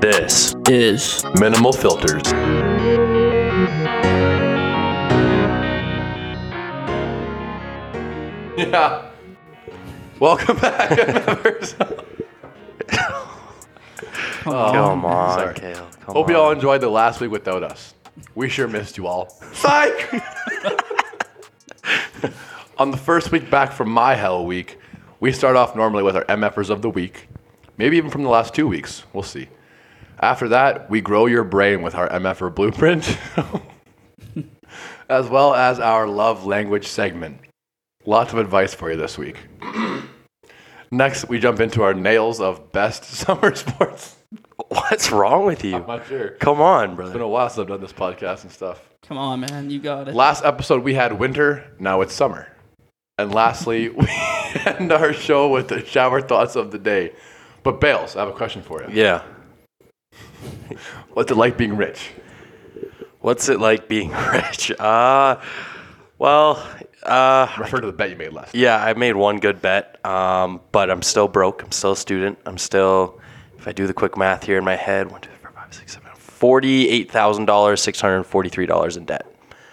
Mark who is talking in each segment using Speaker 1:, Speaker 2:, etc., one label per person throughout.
Speaker 1: This
Speaker 2: is
Speaker 1: minimal filters. Yeah. Welcome back, members.
Speaker 3: Come on,
Speaker 1: sorry.
Speaker 3: Kale. Come
Speaker 1: Hope
Speaker 3: on.
Speaker 1: you all enjoyed the last week without us. We sure missed you all. Psych. On the first week back from my hell week, we start off normally with our MFers of the week, maybe even from the last two weeks. We'll see. After that, we grow your brain with our MFer blueprint, as well as our love language segment. Lots of advice for you this week. Next, we jump into our nails of best summer sports.
Speaker 3: What's wrong with you?
Speaker 1: I'm not sure.
Speaker 3: Come on,
Speaker 1: It's been
Speaker 3: brother.
Speaker 1: a while since I've done this podcast and stuff.
Speaker 2: Come on, man, you got it.
Speaker 1: Last episode we had winter, now it's summer. And lastly, we end our show with the shower thoughts of the day. But Bales, I have a question for you.
Speaker 3: Yeah.
Speaker 1: What's it like being rich?
Speaker 3: What's it like being rich? Uh, well, uh,
Speaker 1: Refer to the bet you made last.
Speaker 3: yeah, I made one good bet, um, but I'm still broke. I'm still a student. I'm still, if I do the quick math here in my head, one, two, three, four, five, six, seven, forty-eight thousand dollars, six hundred forty-three dollars in debt.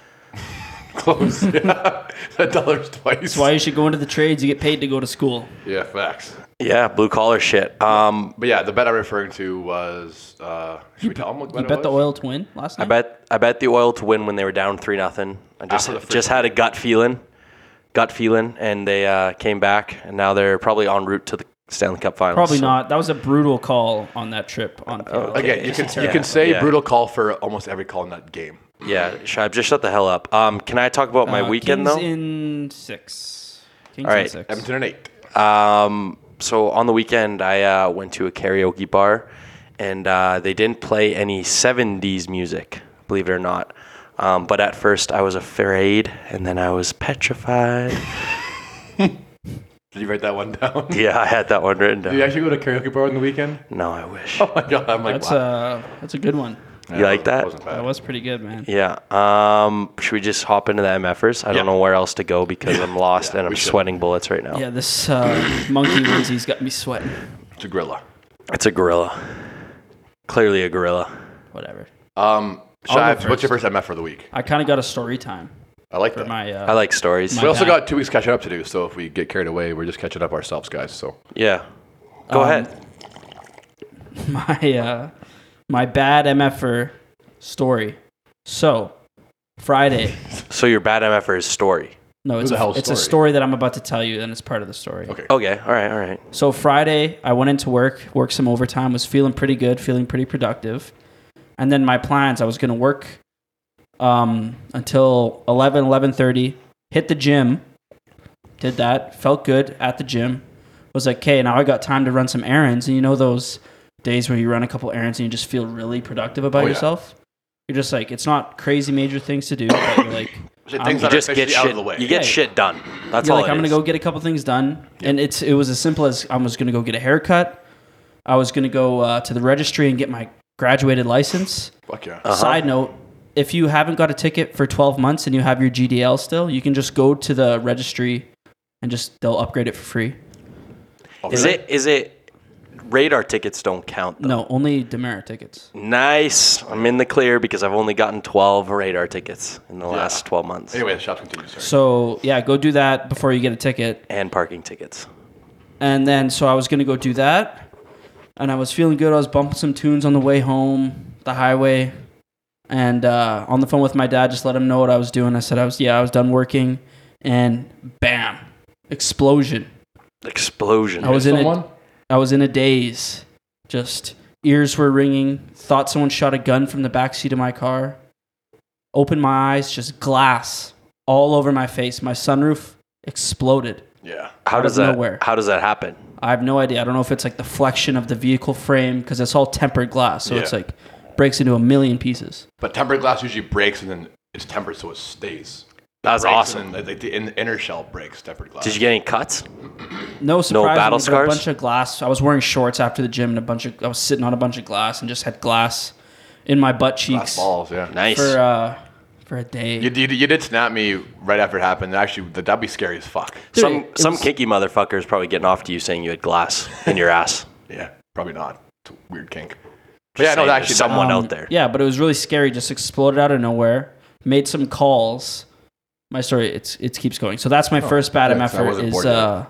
Speaker 1: Close. Yeah. A dollar's twice.
Speaker 2: That's why you should go into the trades. You get paid to go to school.
Speaker 1: Yeah, facts.
Speaker 3: Yeah, blue collar shit. Um,
Speaker 1: But yeah, the bet I'm referring to was uh should we tell them what
Speaker 2: You
Speaker 1: it
Speaker 2: bet the
Speaker 1: was?
Speaker 2: oil to win last night.
Speaker 3: I bet I bet the oil to win when they were down three nothing. I just
Speaker 1: After the first
Speaker 3: just had a gut feeling, gut feeling, and they uh, came back, and now they're probably en route to the Stanley Cup Finals.
Speaker 2: Probably
Speaker 3: so-
Speaker 2: not. That was a brutal call on that trip on Fiala.
Speaker 1: Again, you can you can say
Speaker 3: Yeah.
Speaker 1: brutal call for almost every call in that game.
Speaker 3: Yeah, Shib, just shut the hell up. Um, can I talk about my
Speaker 2: Uh,
Speaker 3: weekend
Speaker 2: Kings
Speaker 3: though?
Speaker 2: in six. Kings
Speaker 3: All
Speaker 2: in
Speaker 3: right,
Speaker 2: six.
Speaker 1: Edmonton and eight.
Speaker 3: Um, so on the weekend, I uh, went to a karaoke bar, and uh, they didn't play any '70s music, believe it or not. Um, but at first, I was afraid, and then I was petrified.
Speaker 1: Did you write that one down? Did
Speaker 3: yeah, I had that one written
Speaker 1: you
Speaker 3: down.
Speaker 1: actually go to karaoke bar on the weekend?
Speaker 3: No, I wish.
Speaker 1: Oh my god, I'm like
Speaker 2: That's
Speaker 1: wow.
Speaker 2: a that's a good one.
Speaker 3: You like that?
Speaker 1: wasn't bad.
Speaker 2: That was pretty good, man.
Speaker 3: Yeah. Um, should we just hop into the MFers? I don't
Speaker 1: Yeah.
Speaker 3: know where else to go because I'm lost and I'm
Speaker 1: we should.
Speaker 3: sweating bullets right now.
Speaker 2: Yeah, this uh, monkey one's got me sweating.
Speaker 1: It's a gorilla.
Speaker 3: It's a gorilla. Clearly a gorilla.
Speaker 2: Whatever.
Speaker 1: Um,
Speaker 2: I'll go
Speaker 1: Shives, what's your first MF for the week?
Speaker 2: I kind of got a story time
Speaker 1: I like
Speaker 2: for
Speaker 1: that.
Speaker 2: my. Uh,
Speaker 3: I like stories.
Speaker 1: we also
Speaker 2: bad.
Speaker 1: got two weeks catching up to do, so if we get carried away, we're just catching up ourselves, guys. So
Speaker 3: Yeah. Go ahead.
Speaker 2: uh, my uh, my bad mf'er story. So Friday.
Speaker 3: So your bad MFer is story.
Speaker 2: No, it's
Speaker 1: the
Speaker 2: a,
Speaker 1: hell
Speaker 2: it's a
Speaker 1: story?
Speaker 2: story that I'm about to tell you, and it's part of the story.
Speaker 1: Okay.
Speaker 3: Okay. All right. All right.
Speaker 2: So Friday, I went into work, worked some overtime, was feeling pretty good, feeling pretty productive, and then my plans. I was gonna work um, until 11, 11.30, Hit the gym. Did that. Felt good at the gym. Was like, okay, now I got time to run some errands. And you know those days where you run a couple errands and you just feel really productive about
Speaker 1: Oh, yeah.
Speaker 2: yourself. You're just like, it's not crazy major things to do, but you're like,
Speaker 1: Shit,
Speaker 2: I'm-
Speaker 1: things
Speaker 3: You
Speaker 1: that are
Speaker 3: just get
Speaker 1: officially
Speaker 3: shit.
Speaker 1: out of the way.
Speaker 3: You get
Speaker 2: Yeah.
Speaker 3: shit done. That's
Speaker 2: you're
Speaker 3: all.
Speaker 2: like,
Speaker 3: it
Speaker 2: I'm gonna
Speaker 3: is.
Speaker 2: go get a couple things done, and it's it was as simple as I was gonna go get a haircut. I was gonna go uh, to the registry and get my graduated license.
Speaker 1: Fuck yeah.
Speaker 2: Side note: If you haven't got a ticket for 12 months and you have your GDL still, you can just go to the registry and just they'll upgrade it for free.
Speaker 3: Is it? Is it? Radar tickets don't count. Though.
Speaker 2: No, only demerit tickets.
Speaker 3: Nice. I'm in the clear because I've only gotten 12 radar tickets in the last 12 months.
Speaker 1: Anyway, the shots continue. Sorry.
Speaker 2: So yeah, go do that before you get a ticket.
Speaker 3: And parking tickets.
Speaker 2: And then so I was gonna go do that, and I was feeling good. I was bumping some tunes on the way home, the highway, and uh, on the phone with my dad. Just let him know what I was doing. I said I was yeah I was done working, and bam, explosion.
Speaker 3: Explosion.
Speaker 2: I was in
Speaker 1: Someone?
Speaker 2: a I was in a daze. Just ears were ringing. Thought someone shot a gun from the back seat of my car. Opened my eyes, just glass all over my face. My sunroof exploded.
Speaker 1: Yeah.
Speaker 3: how
Speaker 2: out
Speaker 3: does
Speaker 2: of
Speaker 3: that?
Speaker 2: nowhere.
Speaker 3: How does that happen?
Speaker 2: I have no idea. I don't know if it's like the flexion of the vehicle frame because it's all tempered glass, so it's
Speaker 1: Yeah.
Speaker 2: like breaks into a million pieces.
Speaker 1: But tempered glass usually breaks and then it's tempered so it stays.
Speaker 3: That's
Speaker 1: Breaks
Speaker 3: awesome.
Speaker 1: And then, like, the in- inner shell breaks tempered glass.
Speaker 3: Did you get any cuts?
Speaker 2: No surprise.
Speaker 3: battle
Speaker 2: A
Speaker 3: scars?
Speaker 2: bunch of glass. I was wearing shorts after the gym and a bunch of. I was sitting on a bunch of glass and just had glass in my butt
Speaker 1: glass
Speaker 2: cheeks
Speaker 1: balls? Yeah.
Speaker 3: Nice.
Speaker 2: for uh, for a day.
Speaker 1: You, you, you did snap me right after it happened. Actually, that'd be scary as fuck.
Speaker 2: Dude,
Speaker 3: some
Speaker 2: it
Speaker 3: some
Speaker 2: was-
Speaker 3: kinky motherfucker is probably getting off to you saying you had glass in your ass.
Speaker 1: Yeah, probably not. It's a weird kink. But
Speaker 3: Just
Speaker 1: yeah, no,
Speaker 3: saying,
Speaker 1: actually,
Speaker 3: there's
Speaker 1: that-
Speaker 3: someone
Speaker 2: Um,
Speaker 3: out there.
Speaker 2: Yeah, but it was really scary. Just exploded out of nowhere. Made some calls. My story, it's it keeps going. So that's my first bad
Speaker 1: Oh, thanks. I
Speaker 2: effort
Speaker 1: wasn't
Speaker 2: is
Speaker 1: bored yet.
Speaker 2: uh,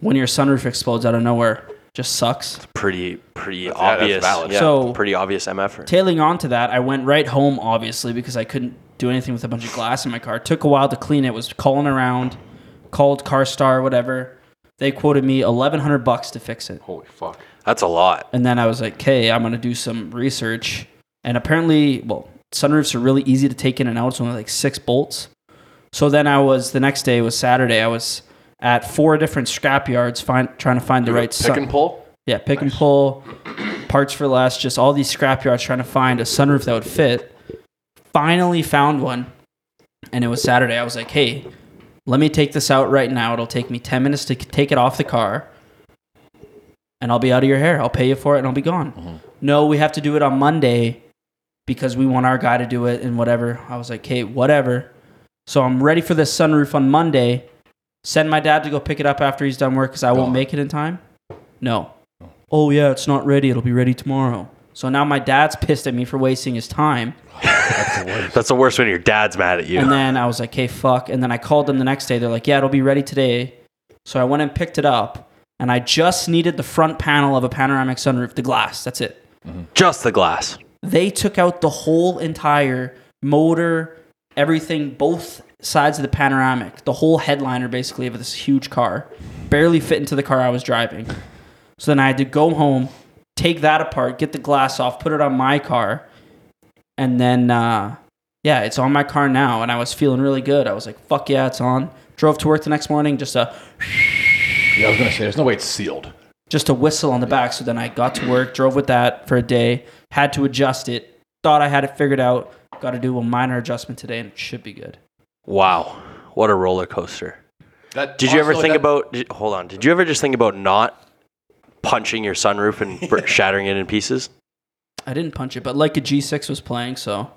Speaker 2: when your sunroof explodes out of nowhere. Just sucks.
Speaker 3: Pretty pretty
Speaker 1: That's- yeah, that's
Speaker 3: obvious.
Speaker 1: valid.
Speaker 3: Yeah,
Speaker 2: So-
Speaker 3: pretty obvious MF.
Speaker 2: Tailing on to that, I went right home, obviously, because I couldn't do anything with a bunch of glass in my car. Took a while to clean it. Was calling around, called CarStar, whatever. They quoted me eleven hundred bucks to fix it.
Speaker 1: Holy fuck.
Speaker 3: That's a lot.
Speaker 2: And then I was like, okay, I'm going to do some research. And apparently, well, sunroofs are really easy to take in and out. It's only like six bolts. So then I was, the next day was Saturday. I was at four different scrap yards find, trying to find the right
Speaker 1: Pick and
Speaker 2: sun.
Speaker 1: pull?
Speaker 2: Yeah, pick and pull, parts for less, just all these scrap yards trying to find a sunroof that would fit. Finally found one. And it was Saturday. I was like, hey, let me take this out right now. It'll take me 10 minutes to take it off the car and I'll be out of your hair. I'll pay you for it and I'll be gone. No, we have to do it on Monday because we want our guy to do it and whatever. I was like, hey, whatever. So I'm ready for the sunroof on Monday. Send my dad to go pick it up after he's done work because I won't make it in time. No. Oh, yeah, it's not ready. It'll be ready tomorrow. So now my dad's pissed at me for wasting his time.
Speaker 3: That's the worst when your dad's mad at you.
Speaker 2: And then I was like, hey, fuck. And then I called them the next day. They're like, yeah, it'll be ready today. So I went and picked it up. And I just needed the front panel of a panoramic sunroof, the glass. That's it.
Speaker 3: Just the glass.
Speaker 2: They took out the whole entire motor, everything, both sides of the panoramic, the whole headliner basically of this huge car. Barely fit into the car I was driving. So then I had to go home, take that apart, get the glass off, put it on my car, and then uh, yeah, it's on my car now. And I was feeling really good. I was like, "Fuck yeah, it's on." Drove to work the next morning, just a
Speaker 1: Yeah, I was going to say, there's no way it's sealed.
Speaker 2: just a whistle on the back. So then I got to work, drove with that for a day, had to adjust it. Thought I had it figured out. Got to do a minor adjustment today, and it should be good.
Speaker 3: Wow. What a roller coaster.
Speaker 1: That
Speaker 3: Did you ever
Speaker 1: also-
Speaker 3: think
Speaker 1: that-
Speaker 3: about? Did, hold on. Did you ever just think about not punching your sunroof and br- shattering it in pieces?
Speaker 2: I didn't punch it, but like a G6 was playing, so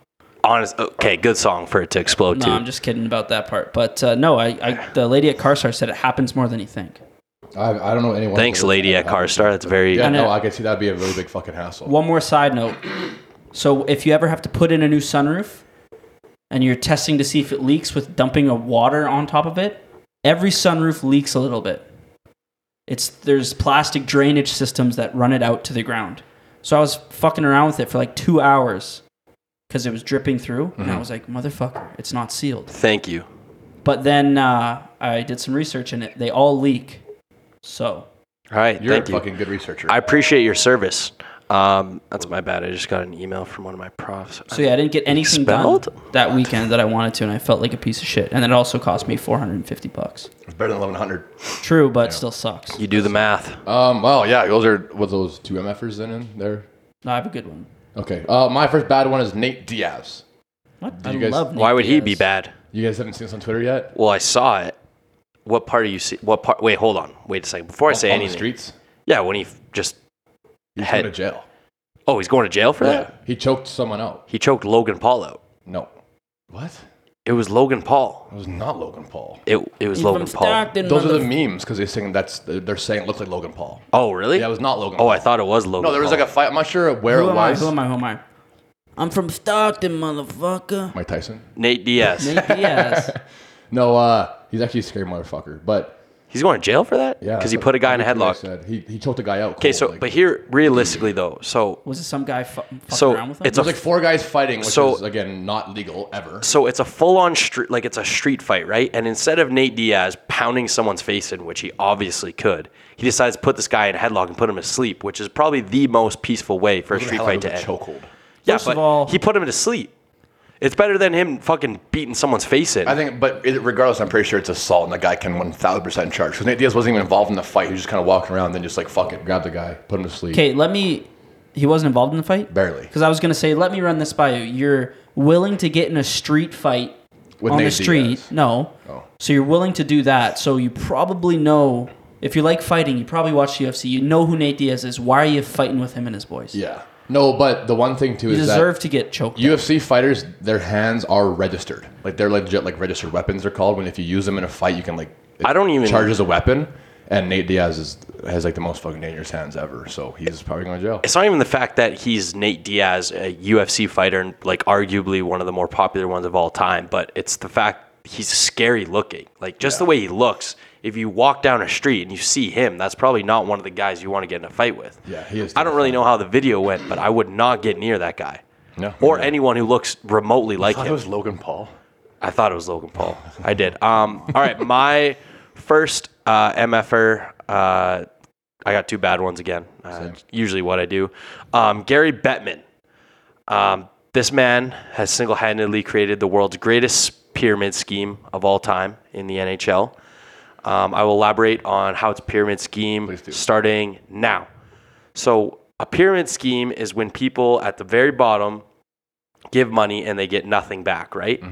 Speaker 3: Honest. Okay, good song for it to explode
Speaker 2: no,
Speaker 3: to.
Speaker 2: I'm just kidding about that part. But uh, no, I, I the lady at CarStar said it happens more than you think.
Speaker 1: I, I don't know anyone.
Speaker 3: Thanks, lady at CarStar. That's very.
Speaker 1: Yeah,
Speaker 2: And
Speaker 1: no,
Speaker 2: it-
Speaker 1: I could see that'd be a really big fucking hassle.
Speaker 2: One more side note. So if you ever have to put in a new sunroof and you're testing to see if it leaks with dumping a water on top of it, every sunroof leaks a little bit. It's there's plastic drainage systems that run it out to the ground. So I was fucking around with it for like 2 hours cuz it was dripping through and I was like, "Motherfucker, it's not sealed."
Speaker 3: Thank you.
Speaker 2: But then uh, I did some research in it. They all leak. So,
Speaker 3: All right.
Speaker 1: You're
Speaker 3: thank
Speaker 1: a
Speaker 3: you.
Speaker 1: fucking good researcher.
Speaker 3: I appreciate your service. Um, that's my bad. I just got an email from one of my profs.
Speaker 2: so yeah, I didn't get anything
Speaker 3: Expelled?
Speaker 2: done that weekend that I wanted to, and I felt like a piece of shit. And then it also cost me 450 bucks.
Speaker 1: it's better than 1100.
Speaker 2: True, but still sucks.
Speaker 3: You do the math.
Speaker 1: Um, well, yeah, those are what those two MFers then in there.
Speaker 2: No, I have a good one.
Speaker 1: Okay. Uh, my first bad one is Nate Diaz.
Speaker 2: What? I
Speaker 1: you guys-
Speaker 2: love. Nate
Speaker 3: Why would he be
Speaker 2: Diaz.
Speaker 3: bad?
Speaker 1: You guys haven't seen this on Twitter yet?
Speaker 3: Well, I saw it. What part are you see? What part? Wait, hold on. Wait a second. Before I say
Speaker 1: on the
Speaker 3: anything.
Speaker 1: streets.
Speaker 3: Yeah, when he f- just.
Speaker 1: He's
Speaker 3: Head-
Speaker 1: going to jail.
Speaker 3: Oh, he's going to jail for that.
Speaker 1: He choked someone out.
Speaker 3: He choked Logan Paul out.
Speaker 1: No. What?
Speaker 3: It was Logan Paul.
Speaker 1: It was not Logan Paul.
Speaker 3: It it was
Speaker 2: He's
Speaker 3: Logan
Speaker 2: from
Speaker 3: Paul.
Speaker 2: Stockton,
Speaker 1: Those are the
Speaker 2: motherf-
Speaker 1: memes because they sing that's they're saying it looked like Logan Paul.
Speaker 3: Oh, really?
Speaker 1: Yeah, it was not Logan.
Speaker 3: oh,
Speaker 1: Paul.
Speaker 3: I thought it was Logan.
Speaker 1: No, there was like a fight. I'm not sure where
Speaker 2: Who
Speaker 1: it
Speaker 2: am I?
Speaker 1: was.
Speaker 2: Who am I? Who am I? I'm from Stockton, motherfucker.
Speaker 1: Mike Tyson.
Speaker 3: Nate Diaz.
Speaker 2: Nate Diaz.
Speaker 1: No, uh, he's actually a scary motherfucker. But
Speaker 3: He's going to jail for that.
Speaker 1: yeah,
Speaker 3: because he
Speaker 1: that's
Speaker 3: put a
Speaker 1: what-
Speaker 3: guy in a
Speaker 1: that's what I
Speaker 3: headlock.
Speaker 1: Said he he choked a guy out.
Speaker 3: Okay, so but here realistically though, so
Speaker 2: Was it some guy fu- fucking
Speaker 3: So,
Speaker 2: around with him?
Speaker 3: it's
Speaker 1: it
Speaker 3: a-
Speaker 1: was like four guys fighting, which
Speaker 3: So-
Speaker 1: is again not legal ever.
Speaker 3: so it's a full on street like it's a street fight, right? And instead of Nate Diaz pounding someone's face in, which he obviously could, he decides to put this guy in a headlock and put him to sleep, which is probably the most peaceful way for a street
Speaker 1: Hell,
Speaker 3: fight
Speaker 1: it
Speaker 3: to
Speaker 1: was
Speaker 3: end.
Speaker 1: a chokehold.
Speaker 3: Yeah,
Speaker 2: First
Speaker 3: but
Speaker 2: of all-
Speaker 3: he put him to sleep. It's better than him fucking beating someone's face in.
Speaker 1: I think, but it, regardless, I'm pretty sure it's assault, and the guy can 1,000% charge. Because Nate Diaz wasn't even involved in the fight. He was just kind of walking around, then just like, fuck it, grab the guy, put him to sleep.
Speaker 2: Okay, let me. He wasn't involved in the fight.
Speaker 1: Barely.
Speaker 2: Because I was gonna say, let me run this by you. You're willing to get in a street fight
Speaker 1: With
Speaker 2: on the
Speaker 1: Nate
Speaker 2: street.
Speaker 1: Diaz.
Speaker 2: No.
Speaker 1: Oh.
Speaker 2: So you're willing to do that. So you probably know if you like fighting, you probably watch the UFC. You know who Nate Diaz is. Why are you fighting with him and his boys?
Speaker 1: Yeah. No, but the one thing too
Speaker 2: You
Speaker 1: is
Speaker 2: deserve
Speaker 1: that
Speaker 2: to get choked. out.
Speaker 1: UFC fighters, their hands are registered. Like they're legit, like registered weapons are called. When if you use them in a fight, you can like. it
Speaker 3: I don't even-
Speaker 1: charges a weapon. And Nate Diaz is, has like the most fucking dangerous hands ever, so he's probably going to jail.
Speaker 3: It's not even the fact that he's Nate Diaz, a UFC fighter, and like arguably one of the more popular ones of all time, but it's the fact he's scary looking. Like just the way he looks. If you walk down a street and you see him, that's probably not one of the guys you want to get in a fight with.
Speaker 1: Yeah, he is
Speaker 3: I don't really know how the video went, but I would not get near that guy.
Speaker 1: No.
Speaker 3: Or anyone who looks remotely like
Speaker 1: I thought
Speaker 3: him.
Speaker 1: it was Logan Paul.
Speaker 3: I thought it was Logan Paul. I did. Um, all right, my first uh, MFR. Uh, I got two bad ones again. Uh, usually, what I do. Um, Gary Bettman. Um, this man has single-handedly created the world's greatest pyramid scheme of all time in the NHL. Um, I will elaborate on how it's a pyramid scheme
Speaker 1: do.
Speaker 3: starting now. So, a pyramid scheme is when people at the very bottom give money and they get nothing back, right?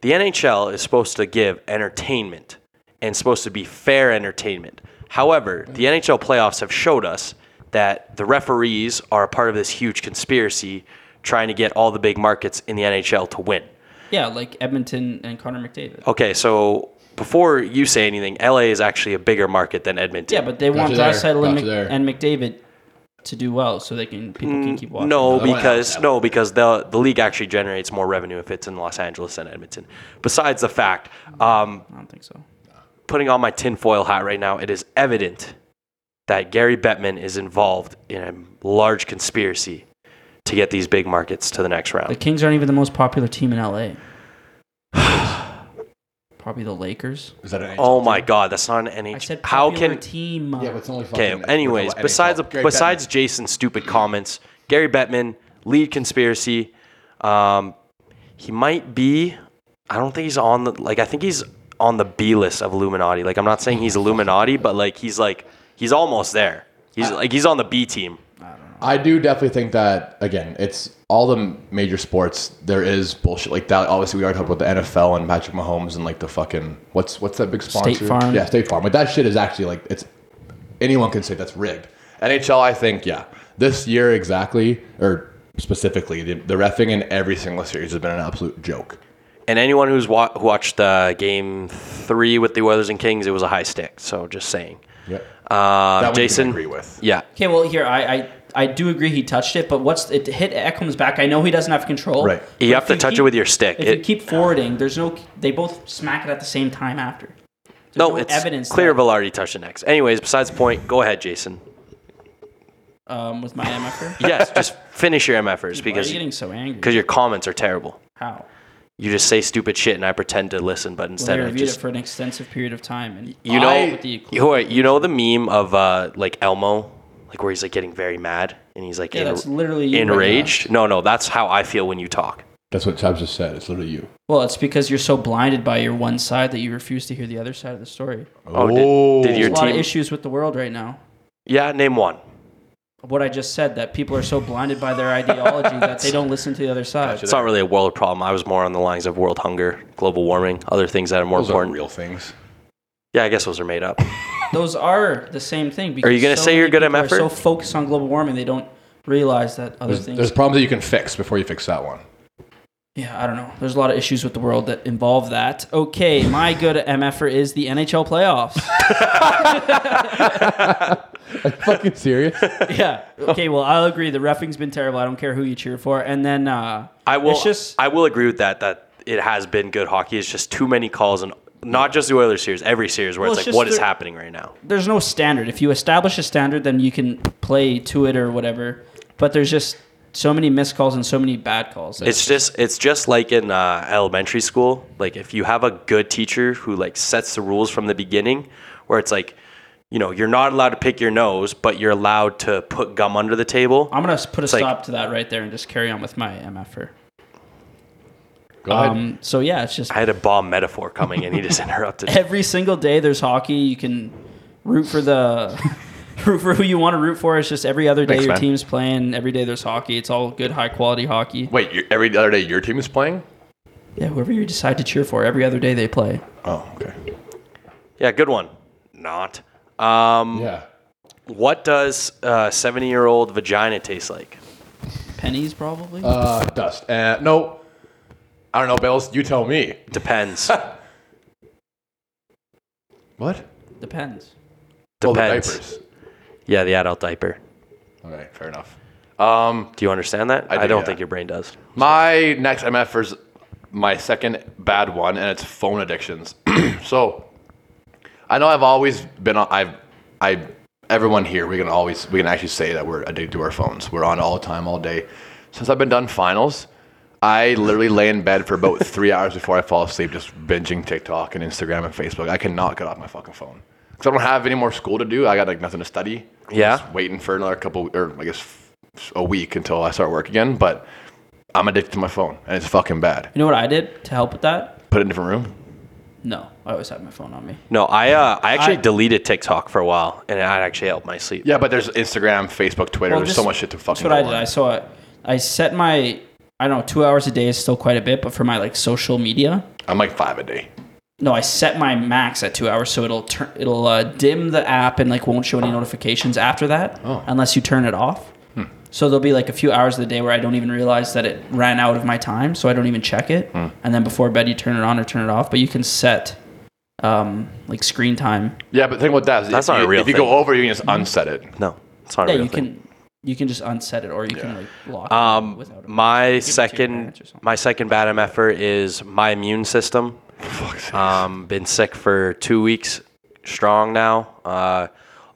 Speaker 3: The NHL is supposed to give entertainment and supposed to be fair entertainment. However, the NHL playoffs have showed us that the referees are a part of this huge conspiracy trying to get all the big markets in the NHL to win.
Speaker 2: Yeah, like Edmonton and Connor McDavid.
Speaker 3: Okay, so before you say anything, LA is actually a bigger market than Edmonton.
Speaker 2: Yeah, but they want
Speaker 1: you there.
Speaker 2: Drysdale
Speaker 1: Got
Speaker 2: and,
Speaker 1: you
Speaker 2: Mc-
Speaker 1: there.
Speaker 2: and McDavid to do well, so they can people can keep watching.
Speaker 3: Mm, No,
Speaker 1: No, they want
Speaker 3: because
Speaker 1: Alex
Speaker 3: no, because the the league actually generates more revenue if it's in Los Angeles than Edmonton. Besides the fact, um,
Speaker 2: I don't think so.
Speaker 3: putting on my tinfoil hat right now, it is evident that Gary Bettman is involved in a large conspiracy to get these big markets to the next round.
Speaker 2: The Kings aren't even the most popular team in LA. Probably the Lakers.
Speaker 1: Is that an
Speaker 3: oh my God, that's not an
Speaker 2: I
Speaker 3: NHL.
Speaker 2: said
Speaker 3: How
Speaker 2: popular
Speaker 3: can
Speaker 2: team?
Speaker 1: Yeah, but it's only
Speaker 3: okay?
Speaker 1: fucking-
Speaker 3: Anyways,
Speaker 1: NHL.
Speaker 3: besides
Speaker 1: Gary
Speaker 3: besides
Speaker 1: Bettman.
Speaker 3: Jason's stupid comments, Gary Bettman lead conspiracy. Um, he might be. I don't think he's on the like. I think he's on the B list of Illuminati. Like I'm not saying he's Illuminati, but like he's like he's almost there. He's like he's on the B team.
Speaker 1: I do definitely think that again, it's all the major sports. There is bullshit like that. Obviously, we already talked about the NFL and Patrick Mahomes and like the fucking what's what's that big sponsor?
Speaker 2: Farm.
Speaker 1: Yeah, State Farm. But that shit is actually like it's anyone can say that's rigged. NHL, I think, yeah, this year exactly or specifically, the, the refing in every single series has been an absolute joke.
Speaker 3: And anyone who's wa- who watched uh, game three with the Oilers and Kings, it was a high stick. So just saying.
Speaker 1: Yep.
Speaker 3: Uh,
Speaker 1: That one you can
Speaker 3: Jason,
Speaker 1: agree with.
Speaker 3: Yeah,
Speaker 2: Okay, well here I, I I do agree he touched it, but what's it hit Ekholm's back? I know he doesn't have control.
Speaker 1: Right.
Speaker 2: but
Speaker 3: You have
Speaker 2: if
Speaker 3: to touch it with your stick.
Speaker 2: If you
Speaker 3: It-
Speaker 2: keep forwarding, there's no they both smack it at the same time after. There's
Speaker 3: no, it's clear.
Speaker 2: that-
Speaker 3: Velarde touched the next. Anyways, besides the point, go ahead, Jason.
Speaker 2: um, with my MFR.
Speaker 3: Yes, just finish your MFers
Speaker 2: Why are you
Speaker 3: because
Speaker 2: getting so angry?
Speaker 3: because your comments are terrible.
Speaker 2: How?
Speaker 3: You just say stupid shit, and I pretend to listen, but
Speaker 2: Well,
Speaker 3: instead
Speaker 2: they
Speaker 3: I
Speaker 2: reviewed
Speaker 3: just
Speaker 2: it for an extensive period of time, and
Speaker 3: You know,
Speaker 1: I-
Speaker 2: With the-
Speaker 3: you, wait, you know the meme of uh, like Elmo, like where he's like getting very mad and he's like
Speaker 2: Yeah, that's literally you right now.
Speaker 3: enraged. no, no, that's how I feel when you talk.
Speaker 1: That's what Chubbs just said. It's literally you.
Speaker 2: well, it's because you're so blinded by your one side that you refuse to hear the other side of the story.
Speaker 3: Oh, did- did
Speaker 2: There's
Speaker 3: your
Speaker 2: a lot of
Speaker 3: team-
Speaker 2: issues with the world right now.
Speaker 3: Yeah, name one.
Speaker 2: What I just said that people are so blinded by their ideology that they don't listen to the other
Speaker 1: Oh.
Speaker 2: side.
Speaker 3: It's not really a world problem. I was more on the lines of world hunger, global warming, other things that are more
Speaker 1: Those aren't
Speaker 3: important.
Speaker 1: real things.
Speaker 3: Yeah, I guess those are made up.
Speaker 2: Those are the same thing. Because
Speaker 3: Are you gonna say you're
Speaker 2: many
Speaker 3: good at
Speaker 2: people are
Speaker 3: MFer?
Speaker 2: So focused on global warming, they don't realize that other
Speaker 1: There's,
Speaker 2: things.
Speaker 1: there's problems that you can fix before you fix that one.
Speaker 2: yeah, I don't know. There's a lot of issues with the world that involve that. Okay, my good MFer is the NHL playoffs.
Speaker 1: fucking serious.
Speaker 2: yeah. Okay. Well, I'll agree. The refing's been terrible. I don't care who you cheer for. And then uh,
Speaker 3: I will.
Speaker 2: It's just
Speaker 3: I will agree with that. That it has been good hockey. It's just too many calls, and not just the Oilers series, every series where
Speaker 2: Well,
Speaker 3: it's, like,
Speaker 2: it's just
Speaker 3: what is
Speaker 2: the-
Speaker 3: happening right now?
Speaker 2: there's no standard. If you establish a standard, then you can play to it or whatever. But there's just so many missed calls and so many bad calls.
Speaker 3: It's just it's just like in uh, elementary school. Like if you have a good teacher who like sets the rules from the beginning, where it's like, you know, you're not allowed to pick your nose, but you're allowed to put gum under the table.
Speaker 2: I'm gonna put a
Speaker 3: like-
Speaker 2: stop to that right there and just carry on with my MFR.
Speaker 1: Go ahead.
Speaker 2: Um, so yeah, it's just
Speaker 3: I had a bomb metaphor coming, and he just interrupted. me.
Speaker 2: every single day there's hockey. You can root for the root for who you want to root for. It's just every other day
Speaker 1: Thanks,
Speaker 2: your
Speaker 1: man.
Speaker 2: team's playing. Every day there's hockey. It's all good, high quality hockey.
Speaker 1: Wait, you every other day your team is playing?
Speaker 2: Yeah, whoever you decide to cheer for, every other day they play.
Speaker 1: Oh, okay.
Speaker 3: Yeah, good one. Not. Um,
Speaker 1: Yeah.
Speaker 3: What does uh, seventy-year-old vagina taste like?
Speaker 2: pennies probably.
Speaker 1: Uh, dust. Uh, no. I don't know, Bills. You tell me.
Speaker 3: Depends.
Speaker 1: What?
Speaker 2: Depends.
Speaker 1: Oh, the
Speaker 3: Depends.
Speaker 1: diapers.
Speaker 3: yeah, the adult diaper.
Speaker 1: Okay, fair enough. Um,
Speaker 3: Do you understand that?
Speaker 1: I do,
Speaker 3: not
Speaker 1: yeah.
Speaker 3: think your brain does.
Speaker 1: My next MF is my second bad one, and it's phone addictions. so I know I've always been on. I've I everyone here we can always we can actually say that we're addicted to our phones. We're on all the time, all day. Since I've been done finals, I literally lay in bed for about three hours before I fall asleep, just binging TikTok and Instagram and Facebook. I cannot get off my fucking phone because I don't have any more school to do. I got like nothing to study. I'm
Speaker 3: Yeah.
Speaker 1: just waiting for another couple or I guess f- a week until I start work again, but. I'm addicted to my phone, and it's fucking bad.
Speaker 2: You know what I did to help with that?
Speaker 1: Put it in a different room.
Speaker 2: No, I always have my phone on me.
Speaker 3: No, I uh, I actually
Speaker 2: I-
Speaker 3: deleted TikTok for a while, and it actually helped my sleep.
Speaker 1: Yeah, but there's Instagram, Facebook, Twitter. there's
Speaker 2: just-
Speaker 1: so much shit to fucking.
Speaker 2: That's what I
Speaker 1: go
Speaker 2: did.
Speaker 1: on.
Speaker 2: I saw it. I set my I don't know two hours a day is still quite a bit, but for my like social media,
Speaker 1: I'm like five a day.
Speaker 2: no, I set my max at two hours, so it'll turn it'll uh, dim the app and like won't show any notifications after that
Speaker 1: Oh. Hmm.
Speaker 2: unless you turn it off. So there'll be like a few hours of the day where I don't even realize that it ran out of my time, so I don't even check it.
Speaker 1: Hmm.
Speaker 2: And then before bed, you turn it on or turn it off. But you can set um, like screen time.
Speaker 1: Yeah, but think about that. is
Speaker 3: That's
Speaker 1: if
Speaker 3: not a
Speaker 1: you-
Speaker 3: real
Speaker 1: If you
Speaker 3: thing.
Speaker 1: go over, you can just unset it.
Speaker 3: No, it's not a
Speaker 2: Yeah,
Speaker 3: real
Speaker 2: you
Speaker 3: thing.
Speaker 2: can you can just unset it or you can like lock it
Speaker 3: Um,
Speaker 2: without it.
Speaker 3: my
Speaker 2: to your parents or
Speaker 3: second
Speaker 2: something.
Speaker 3: my second bad MFR is my immune system. Um, been sick for two weeks strong now. Uh,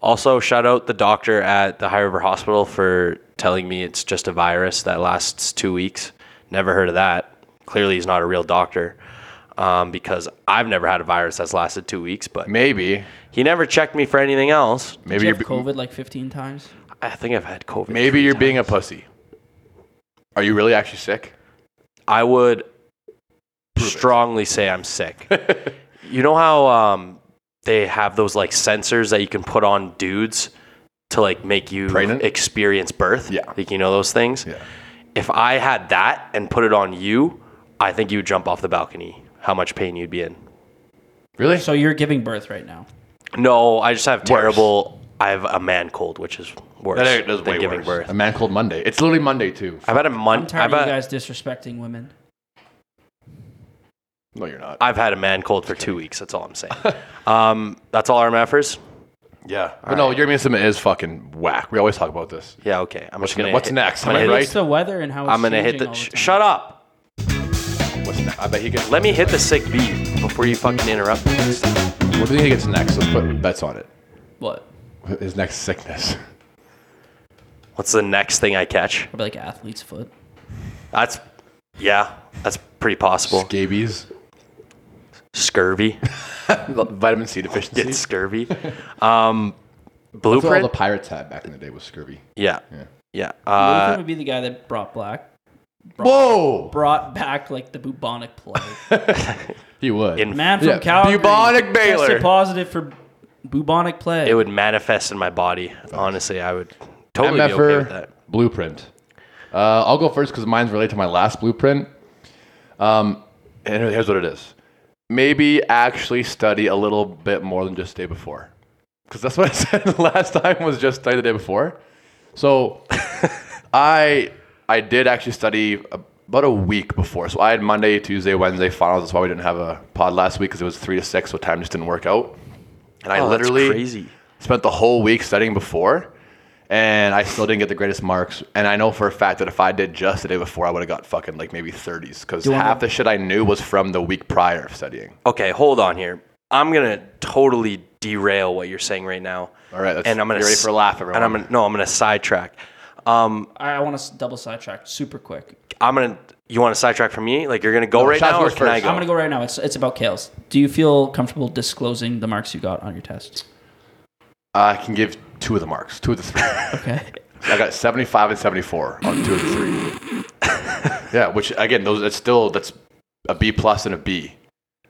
Speaker 3: also shout out the doctor at the High River Hospital for telling me it's just a virus that lasts two weeks. Never heard of that. Clearly, he's not a real doctor. Um, because I've never had a virus that's lasted two weeks, but
Speaker 1: Maybe,
Speaker 3: he never checked me for anything else.
Speaker 2: Did
Speaker 1: maybe
Speaker 2: you
Speaker 1: you're
Speaker 2: have
Speaker 1: be-
Speaker 2: COVID like 15 times?
Speaker 3: I think I've had COVID.
Speaker 1: maybe
Speaker 3: three
Speaker 1: you're being a
Speaker 3: times.
Speaker 1: pussy. Are you really actually sick?
Speaker 3: I would strongly say I'm sick. you know how um, they have those like sensors that you can put on dudes to like make you
Speaker 1: Pregnant?
Speaker 3: experience birth?
Speaker 1: Yeah.
Speaker 3: Like you know those things?
Speaker 1: Yeah.
Speaker 3: If I had that and put it on you, I think you would jump off the balcony. How much pain you'd be in.
Speaker 1: Really?
Speaker 2: So you're giving birth right now.
Speaker 3: No, I just have terrible I have a man cold, which is worse
Speaker 1: that is
Speaker 3: than
Speaker 1: way
Speaker 3: giving
Speaker 1: worse. A
Speaker 3: birth.
Speaker 1: man called Monday. It's literally Monday too.
Speaker 3: I've had a
Speaker 2: I'm
Speaker 3: month
Speaker 2: tired
Speaker 3: I've,
Speaker 2: of you
Speaker 3: had-
Speaker 2: guys disrespecting women.
Speaker 1: No, you're not.
Speaker 3: I've had a man cold for two weeks, that's all I'm saying. um, that's all our MFers?
Speaker 1: yeah, but no, your immune system is fucking whack. We always talk about this.
Speaker 3: Yeah, okay. I'm just gonna.
Speaker 1: what's
Speaker 3: hit-
Speaker 1: next?
Speaker 3: I'm gonna
Speaker 1: Am
Speaker 3: hit,
Speaker 1: I right?
Speaker 2: It's the weather and how it's
Speaker 3: I'm gonna hit
Speaker 2: changing
Speaker 3: the.
Speaker 2: all
Speaker 3: Sh-
Speaker 2: time.
Speaker 3: shut up.
Speaker 1: What's next? I bet he gets.
Speaker 3: Let me hit the sick beat before you fucking interrupt. me.
Speaker 1: What do you think he gets next? Let's put bets on it.
Speaker 2: What?
Speaker 1: His next sickness.
Speaker 3: What's the next thing I catch?
Speaker 2: Probably like athlete's foot.
Speaker 3: That's, yeah, that's pretty possible.
Speaker 1: Scabies.
Speaker 3: Scurvy.
Speaker 1: Vitamin C deficiency.
Speaker 3: Get scurvy.
Speaker 1: That's
Speaker 3: Um,
Speaker 1: what all
Speaker 3: blueprint.
Speaker 1: the pirates had back in the day was scurvy.
Speaker 3: yeah. Yeah.
Speaker 2: Luther
Speaker 3: Uh,
Speaker 2: would be the guy that brought black,
Speaker 1: Whoa!
Speaker 2: brought back like the bubonic plague.
Speaker 1: He would.
Speaker 3: In-
Speaker 2: Man from
Speaker 1: Yeah,
Speaker 2: Calgary,
Speaker 1: bubonic Baylor.
Speaker 2: tested positive for bubonic plague.
Speaker 3: it would manifest in my body. Honestly, I would totally be okay
Speaker 1: MFR
Speaker 3: with that.
Speaker 1: blueprint. Uh, I'll go first because mine's related to my last blueprint. Um, and here's what it is. Maybe actually study a little bit more than just day before. Because that's what I said the last time was just study the day before. So I I did actually study about a week before. So I had Monday, Tuesday, Wednesday finals. That's why we didn't have a pod last week because it was three to six, so time just didn't work out. And I
Speaker 3: Oh, that's
Speaker 1: literally
Speaker 3: crazy.
Speaker 1: spent the whole week studying before, and I still didn't get the greatest marks. And I know for a fact that if I did just the day before, I would have got fucking like maybe 30s because
Speaker 2: wanna-
Speaker 1: half the shit I knew was from the week prior of studying.
Speaker 3: Okay, hold on here. I'm gonna totally derail what you're saying right now.
Speaker 1: All right, let's-
Speaker 3: and I'm gonna
Speaker 1: you ready
Speaker 3: s-
Speaker 1: for a laugh,
Speaker 3: And I'm
Speaker 1: everyone?
Speaker 3: gonna no, I'm gonna sidetrack. Um,
Speaker 2: I, I want to double sidetrack super quick.
Speaker 3: I'm gonna. You want to sidetrack from me? Like you're gonna go right
Speaker 1: Shaz
Speaker 3: now, or
Speaker 1: goes
Speaker 3: can I
Speaker 1: first.
Speaker 3: go?
Speaker 2: I'm gonna go right now. It's it's about Kales. Do you feel comfortable disclosing the marks you got on your test?
Speaker 1: I can give two of the marks, two of the three.
Speaker 2: Okay.
Speaker 1: I got 75 and 74 on two of the three. yeah, which again, those it's still that's a B plus and a B.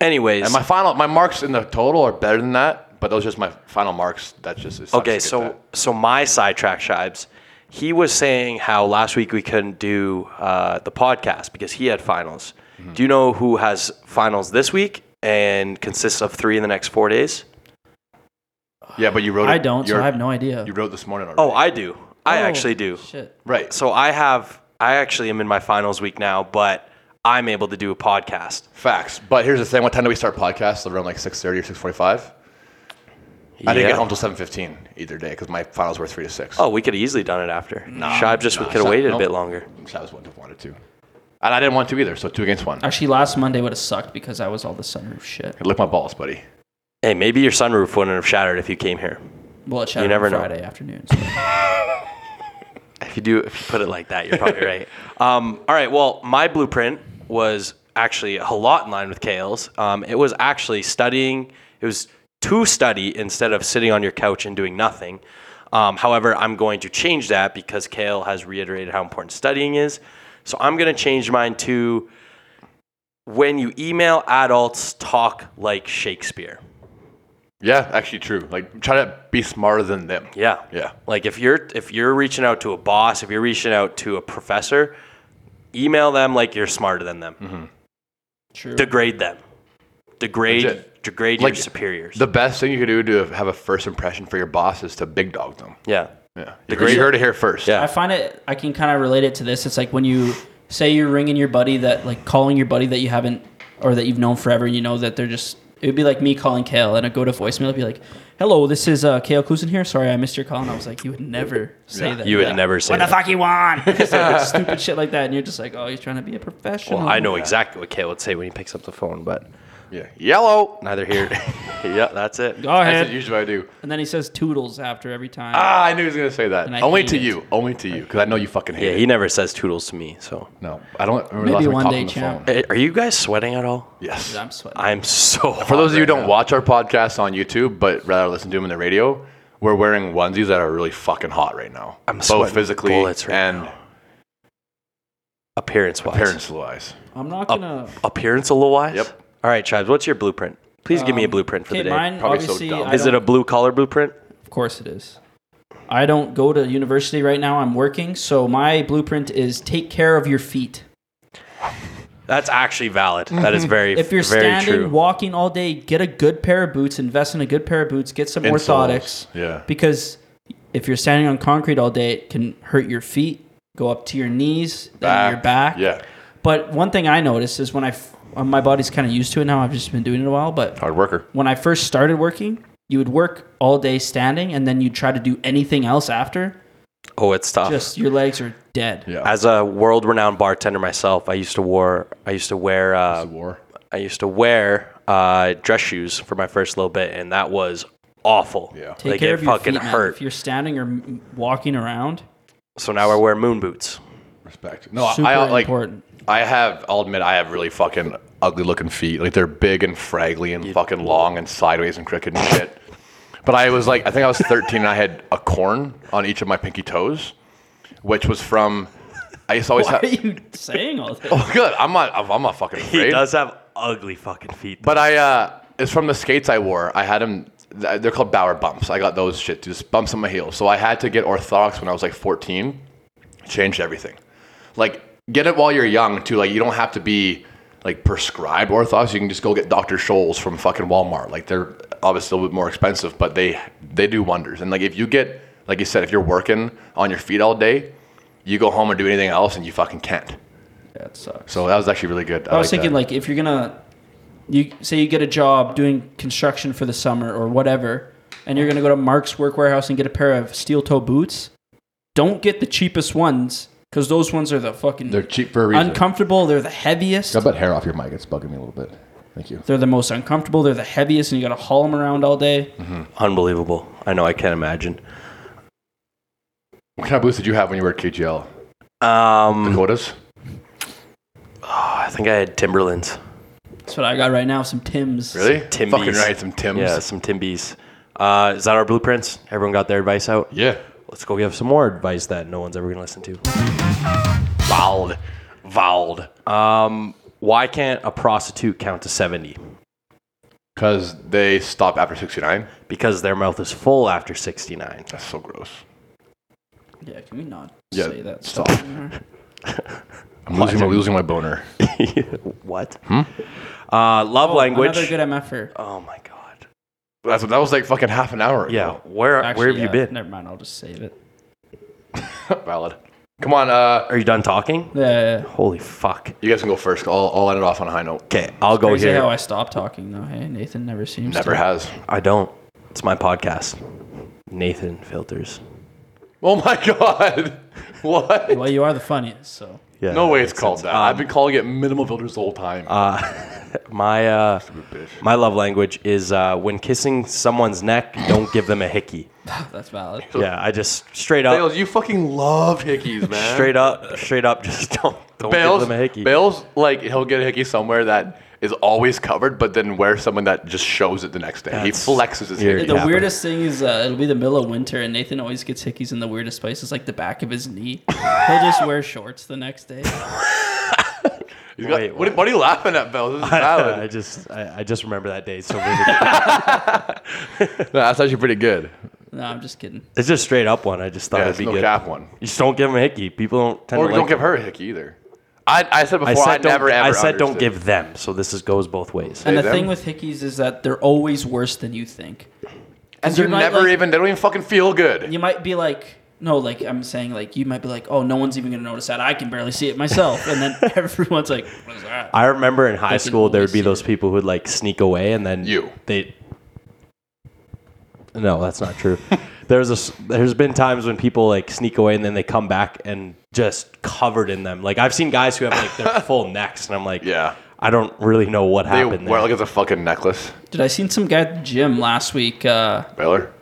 Speaker 3: Anyways,
Speaker 1: And my final, my marks in the total are better than that, but those are just my final marks. That's just it sucks to
Speaker 3: okay.
Speaker 1: get
Speaker 3: So
Speaker 1: that.
Speaker 3: so my sidetrack shibes. He was saying how last week we couldn't do uh, the podcast because he had finals.
Speaker 1: Mm-hmm.
Speaker 3: Do you know who has finals this week and consists of three in the next four days?
Speaker 1: yeah, but you wrote.
Speaker 2: I
Speaker 1: it-
Speaker 2: don't, so
Speaker 1: you're-
Speaker 2: I have no idea.
Speaker 1: You wrote this morning already.
Speaker 3: Oh, I do. I
Speaker 2: Oh,
Speaker 3: actually do.
Speaker 2: Shit.
Speaker 1: right.
Speaker 3: So I have I actually am in my finals week now, but I'm able to do a podcast.
Speaker 1: Facts. But here's the thing. What time do we start podcasts? Around like 6.30 or 6.45? I didn't
Speaker 3: Yeah.
Speaker 1: get home till 7.15 either day because my finals were 3 to 6.
Speaker 3: Oh, we could have easily done it after. Shib just could have waited a bit longer.
Speaker 1: Shabs wouldn't have wanted to. And I didn't want to either, so two against one. I
Speaker 2: Actually, last Monday would have sucked because I was all the sunroof shit.
Speaker 1: lick my balls, buddy.
Speaker 3: Hey, maybe your sunroof wouldn't have shattered if you came here.
Speaker 2: Well, it shut
Speaker 3: You
Speaker 2: on
Speaker 3: never know.
Speaker 2: Friday afternoon. so-
Speaker 3: If you do, if you put it like that, you're probably right. Um, all right. Well, my blueprint was actually a lot in line with Kale's. Um, it was actually studying. It was to study instead of sitting on your couch and doing nothing. Um, however, I'm going to change that because Kale has reiterated how important studying is. So I'm going to change mine to when you email adults, talk like Shakespeare.
Speaker 1: Yeah, actually true. Like, try to be smarter than them.
Speaker 3: Yeah.
Speaker 1: Yeah.
Speaker 3: Like if you're if you're reaching out to a boss, if you're reaching out to a professor, email them like you're smarter than them.
Speaker 2: True.
Speaker 3: Degrade them. Degrade
Speaker 1: Legit.
Speaker 3: degrade
Speaker 1: Like,
Speaker 3: your superiors.
Speaker 1: The best thing you can do to have a first impression for your boss is to big dog them.
Speaker 3: yeah.
Speaker 1: Yeah.
Speaker 3: The
Speaker 1: You
Speaker 3: great-
Speaker 1: heard it here first.
Speaker 3: Yeah.
Speaker 2: I find it. I can kind of relate it to this. It's like when you say you're ringing your buddy that, like, calling your buddy that you haven't or that you've known forever, and you know that they're just. It would be like me calling Kale, and I go to voicemail. I'd be like, "Hello, this is uh, Kale Kusin here. Sorry, I missed your call." And I was like, "You would never say that.
Speaker 3: You would never say
Speaker 2: what the
Speaker 3: that.
Speaker 2: fuck you want? It's like stupid shit like that, and you're just like, "Oh, he's trying to be a professional."
Speaker 3: Well, I know exactly what Kale would say when he picks up the phone, but
Speaker 1: Yeah. Yellow.
Speaker 3: neither here. yeah, that's it.
Speaker 2: Go
Speaker 1: That's
Speaker 2: ahead.
Speaker 1: usually what I do.
Speaker 2: And then he says toodles after every time.
Speaker 1: Ah, I knew he was gonna say that.
Speaker 2: And I
Speaker 1: Only
Speaker 2: hate
Speaker 1: to
Speaker 2: it.
Speaker 1: you. Only to you, because I know you fucking hate
Speaker 3: Yeah,
Speaker 1: it.
Speaker 3: he never says toodles to me. So,
Speaker 1: no, I don't remember
Speaker 2: Maybe
Speaker 1: the last
Speaker 2: one
Speaker 1: time we
Speaker 2: day,
Speaker 1: talked on
Speaker 2: champ.
Speaker 1: the phone.
Speaker 3: Eh, are you guys sweating at all?
Speaker 1: Yes.
Speaker 2: I'm sweating.
Speaker 3: I'm so.
Speaker 1: For those of you who don't watch our podcast on YouTube, but rather listen to them on the radio, we're wearing onesies that are really fucking hot right now.
Speaker 3: I'm
Speaker 1: both
Speaker 3: sweating
Speaker 1: physically
Speaker 3: bullets right
Speaker 1: and
Speaker 3: appearance wise,
Speaker 1: parents wise.
Speaker 2: I'm not
Speaker 3: Oh.
Speaker 2: gonna.
Speaker 3: appearance a little wise.
Speaker 1: Yep.
Speaker 3: All right, tribes. What's your blueprint? Please give me a
Speaker 2: Um,
Speaker 3: blueprint for
Speaker 2: okay,
Speaker 3: the day.
Speaker 2: Mine,
Speaker 1: Probably so
Speaker 2: obviously,
Speaker 1: dumb.
Speaker 2: I
Speaker 3: Is it
Speaker 2: don't-
Speaker 3: a blue collar blueprint?
Speaker 2: Of course it is. I don't go to university right now. I'm working, so my blueprint is take care of your feet.
Speaker 3: That's actually valid. That is very
Speaker 2: If you're
Speaker 3: very
Speaker 2: standing,
Speaker 3: true.
Speaker 2: walking all day, get a good pair of boots. Invest in a good pair of boots. Get some
Speaker 1: Insoles,
Speaker 2: orthotics.
Speaker 1: yeah.
Speaker 2: Because if you're standing on concrete all day, it can hurt your feet, go up to your knees, then your back.
Speaker 1: Yeah.
Speaker 2: But one thing I noticed is when I, f- uh, my body's kind of used to it now. I've just been doing it a while, but
Speaker 1: Hard worker.
Speaker 2: when I first started working, you would work all day standing and then you'd try to do anything else after.
Speaker 3: oh, it's tough.
Speaker 2: Just your legs are dead.
Speaker 1: Yeah.
Speaker 3: As a world-renowned bartender myself, I used to wear I used to wear uh,
Speaker 1: war.
Speaker 3: I used to wear uh, dress shoes for my first little bit, and that was awful.
Speaker 1: Yeah.
Speaker 2: Take
Speaker 3: like
Speaker 2: care
Speaker 3: it
Speaker 2: of your
Speaker 3: fucking
Speaker 2: feet, man.
Speaker 3: hurt.
Speaker 2: If you're standing or m- walking around,
Speaker 3: So now I wear moon boots.
Speaker 1: Respect. No,
Speaker 2: super
Speaker 1: I like.
Speaker 2: important.
Speaker 1: I have. I'll admit, I have really fucking ugly looking feet. Like they're big and fraggly and fucking long and sideways and crooked and shit. But I was like, I think I was 13 and I had a corn on each of my pinky toes, which was from. I used to always
Speaker 2: Why are
Speaker 1: have.
Speaker 2: you saying all this?
Speaker 1: Oh, good. I'm not. I'm not fucking
Speaker 3: He
Speaker 1: afraid.
Speaker 3: does have ugly fucking feet.
Speaker 1: But I, uh, it's from the skates I wore. I had them. They're called Bauer bumps. I got those shit, just bumps on my heels. So I had to get orthotics when I was like 14. Changed everything. Like get it while you're young too. Like you don't have to be like prescribed orthotics. You can just go get Dr. Scholl's from fucking Walmart. Like they're obviously a little bit more expensive, but they they do wonders. And like if you get, like you said, if you're working on your feet all day, you go home and do anything else, and you fucking can't.
Speaker 2: That sucks.
Speaker 1: So that was actually really good.
Speaker 2: I was thinking like if you're gonna, you say you get a job doing construction for the summer or whatever, and you're gonna go to Mark's Work Warehouse and get a pair of steel toe boots. Don't get the cheapest ones because those ones are the fucking
Speaker 1: they're cheap for a reason.
Speaker 2: uncomfortable. They're the heaviest.
Speaker 1: How about hair off your mic? It's bugging me a little bit. Thank you.
Speaker 2: They're the most uncomfortable. They're the heaviest, and you got to haul them around all day.
Speaker 1: Mm-hmm.
Speaker 3: Unbelievable. I know. I can't imagine.
Speaker 1: What kind of boots did you have when you were at KGL?
Speaker 3: Um,
Speaker 1: Dakotas?
Speaker 3: I think I had Timberlands.
Speaker 2: That's what I got right now. Some Tims.
Speaker 1: Really?
Speaker 3: Timbies.
Speaker 1: Fucking right, some Tims.
Speaker 3: Yeah, some Timbies. Uh, is that our blueprints? Everyone got their advice out?
Speaker 1: Yeah.
Speaker 3: Let's go give some more advice that no one's ever going to listen to.
Speaker 1: Vowled. Vowled.
Speaker 3: Um, why can't a prostitute count to 70?
Speaker 1: Because they stop after 69.
Speaker 3: Because their mouth is full after 69.
Speaker 1: That's so gross.
Speaker 2: Yeah. Can we not
Speaker 1: Yeah,
Speaker 2: say that?
Speaker 1: stop.
Speaker 2: stuff anymore?
Speaker 1: I'm losing, I'm losing my boner.
Speaker 3: what? Hmm? Uh, love language.
Speaker 2: Oh, Another good MFer.
Speaker 3: oh my God.
Speaker 1: That's, that was like fucking half an hour ago.
Speaker 3: Yeah, where,
Speaker 2: Actually,
Speaker 3: where have you
Speaker 2: uh,
Speaker 3: been?
Speaker 2: Never mind. I'll just save it.
Speaker 1: Valid. Come on, uh,
Speaker 3: Are you done talking?
Speaker 2: Yeah.
Speaker 3: Holy fuck.
Speaker 1: you guys can go first. I'll, I'll end it off on a high note.
Speaker 3: Okay, I'll go
Speaker 2: Crazy
Speaker 3: here.
Speaker 2: how I stopped talking though. Hey, Nathan never seems
Speaker 1: Never
Speaker 2: to.
Speaker 1: has.
Speaker 3: I don't. It's my podcast. Nathan filters.
Speaker 1: Oh my god. What?
Speaker 2: Well, you are the funniest, so
Speaker 3: Yeah.
Speaker 1: No way it's called that. I've been calling it minimal filters the whole time.
Speaker 3: My uh,
Speaker 1: bitch.
Speaker 3: my love language is uh, when kissing someone's neck, don't give them a hickey.
Speaker 2: that's valid.
Speaker 3: Yeah, I just straight up,
Speaker 1: Bales, you fucking love hickeys, man.
Speaker 3: straight up, straight up, just don't don't
Speaker 1: Bales,
Speaker 3: give them a hickey.
Speaker 1: Bales, like he'll get a hickey somewhere that is always covered, but then wear someone that just shows it the next day. he
Speaker 3: That's
Speaker 1: flexes his
Speaker 3: weird.
Speaker 1: hickey.
Speaker 3: It
Speaker 2: The
Speaker 3: happened.
Speaker 2: weirdest thing is uh, it'll be the middle of winter, and Nathan always gets hickeys in the weirdest places, like the back of his knee. He'll just wear shorts the next day.
Speaker 1: He's got-
Speaker 3: Wait,
Speaker 1: what, what are you laughing at, Bales? This is valid.
Speaker 3: I just I, I just remember that day so vividly.
Speaker 1: No, that's actually pretty good.
Speaker 2: No, I'm just kidding.
Speaker 3: it's just straight up one. I just thought
Speaker 1: Yeah,
Speaker 3: it'd
Speaker 1: it's
Speaker 3: be
Speaker 1: no
Speaker 3: good.
Speaker 1: cap one.
Speaker 3: You just don't give them a hickey. People don't tend
Speaker 1: Or
Speaker 3: to
Speaker 1: don't
Speaker 3: like
Speaker 1: give
Speaker 3: them.
Speaker 1: her a hickey either. I, I said before,
Speaker 3: I
Speaker 1: I,
Speaker 3: said don't.
Speaker 1: never ever
Speaker 3: I said don't
Speaker 1: understood.
Speaker 3: give them. So this is goes both ways.
Speaker 2: And
Speaker 1: Say
Speaker 2: the
Speaker 1: them.
Speaker 2: thing with hickeys is that they're always worse than you think.
Speaker 1: And
Speaker 2: And
Speaker 1: they're
Speaker 2: you might,
Speaker 1: never
Speaker 2: like-
Speaker 1: even, they don't even fucking feel good.
Speaker 2: You might be like, no, like I'm saying, like you might be like, oh, no one's even gonna notice that. I can barely see it myself, and then everyone's like, what is that?
Speaker 3: I remember in high
Speaker 2: can
Speaker 3: school there would be
Speaker 2: always
Speaker 3: those people who would like sneak away and then
Speaker 1: You.
Speaker 3: they. No, that's not true. there's a s- there's been times when people like sneak away and then they come back and just covered in them. Like I've seen guys who have like their full necks and I'm like,
Speaker 1: Yeah.
Speaker 3: I don't really know what
Speaker 1: They
Speaker 3: happened.
Speaker 1: wear
Speaker 3: There.
Speaker 1: like it's a fucking necklace.
Speaker 2: Did I seen some guy at the gym last week? Uh,
Speaker 1: Baylor?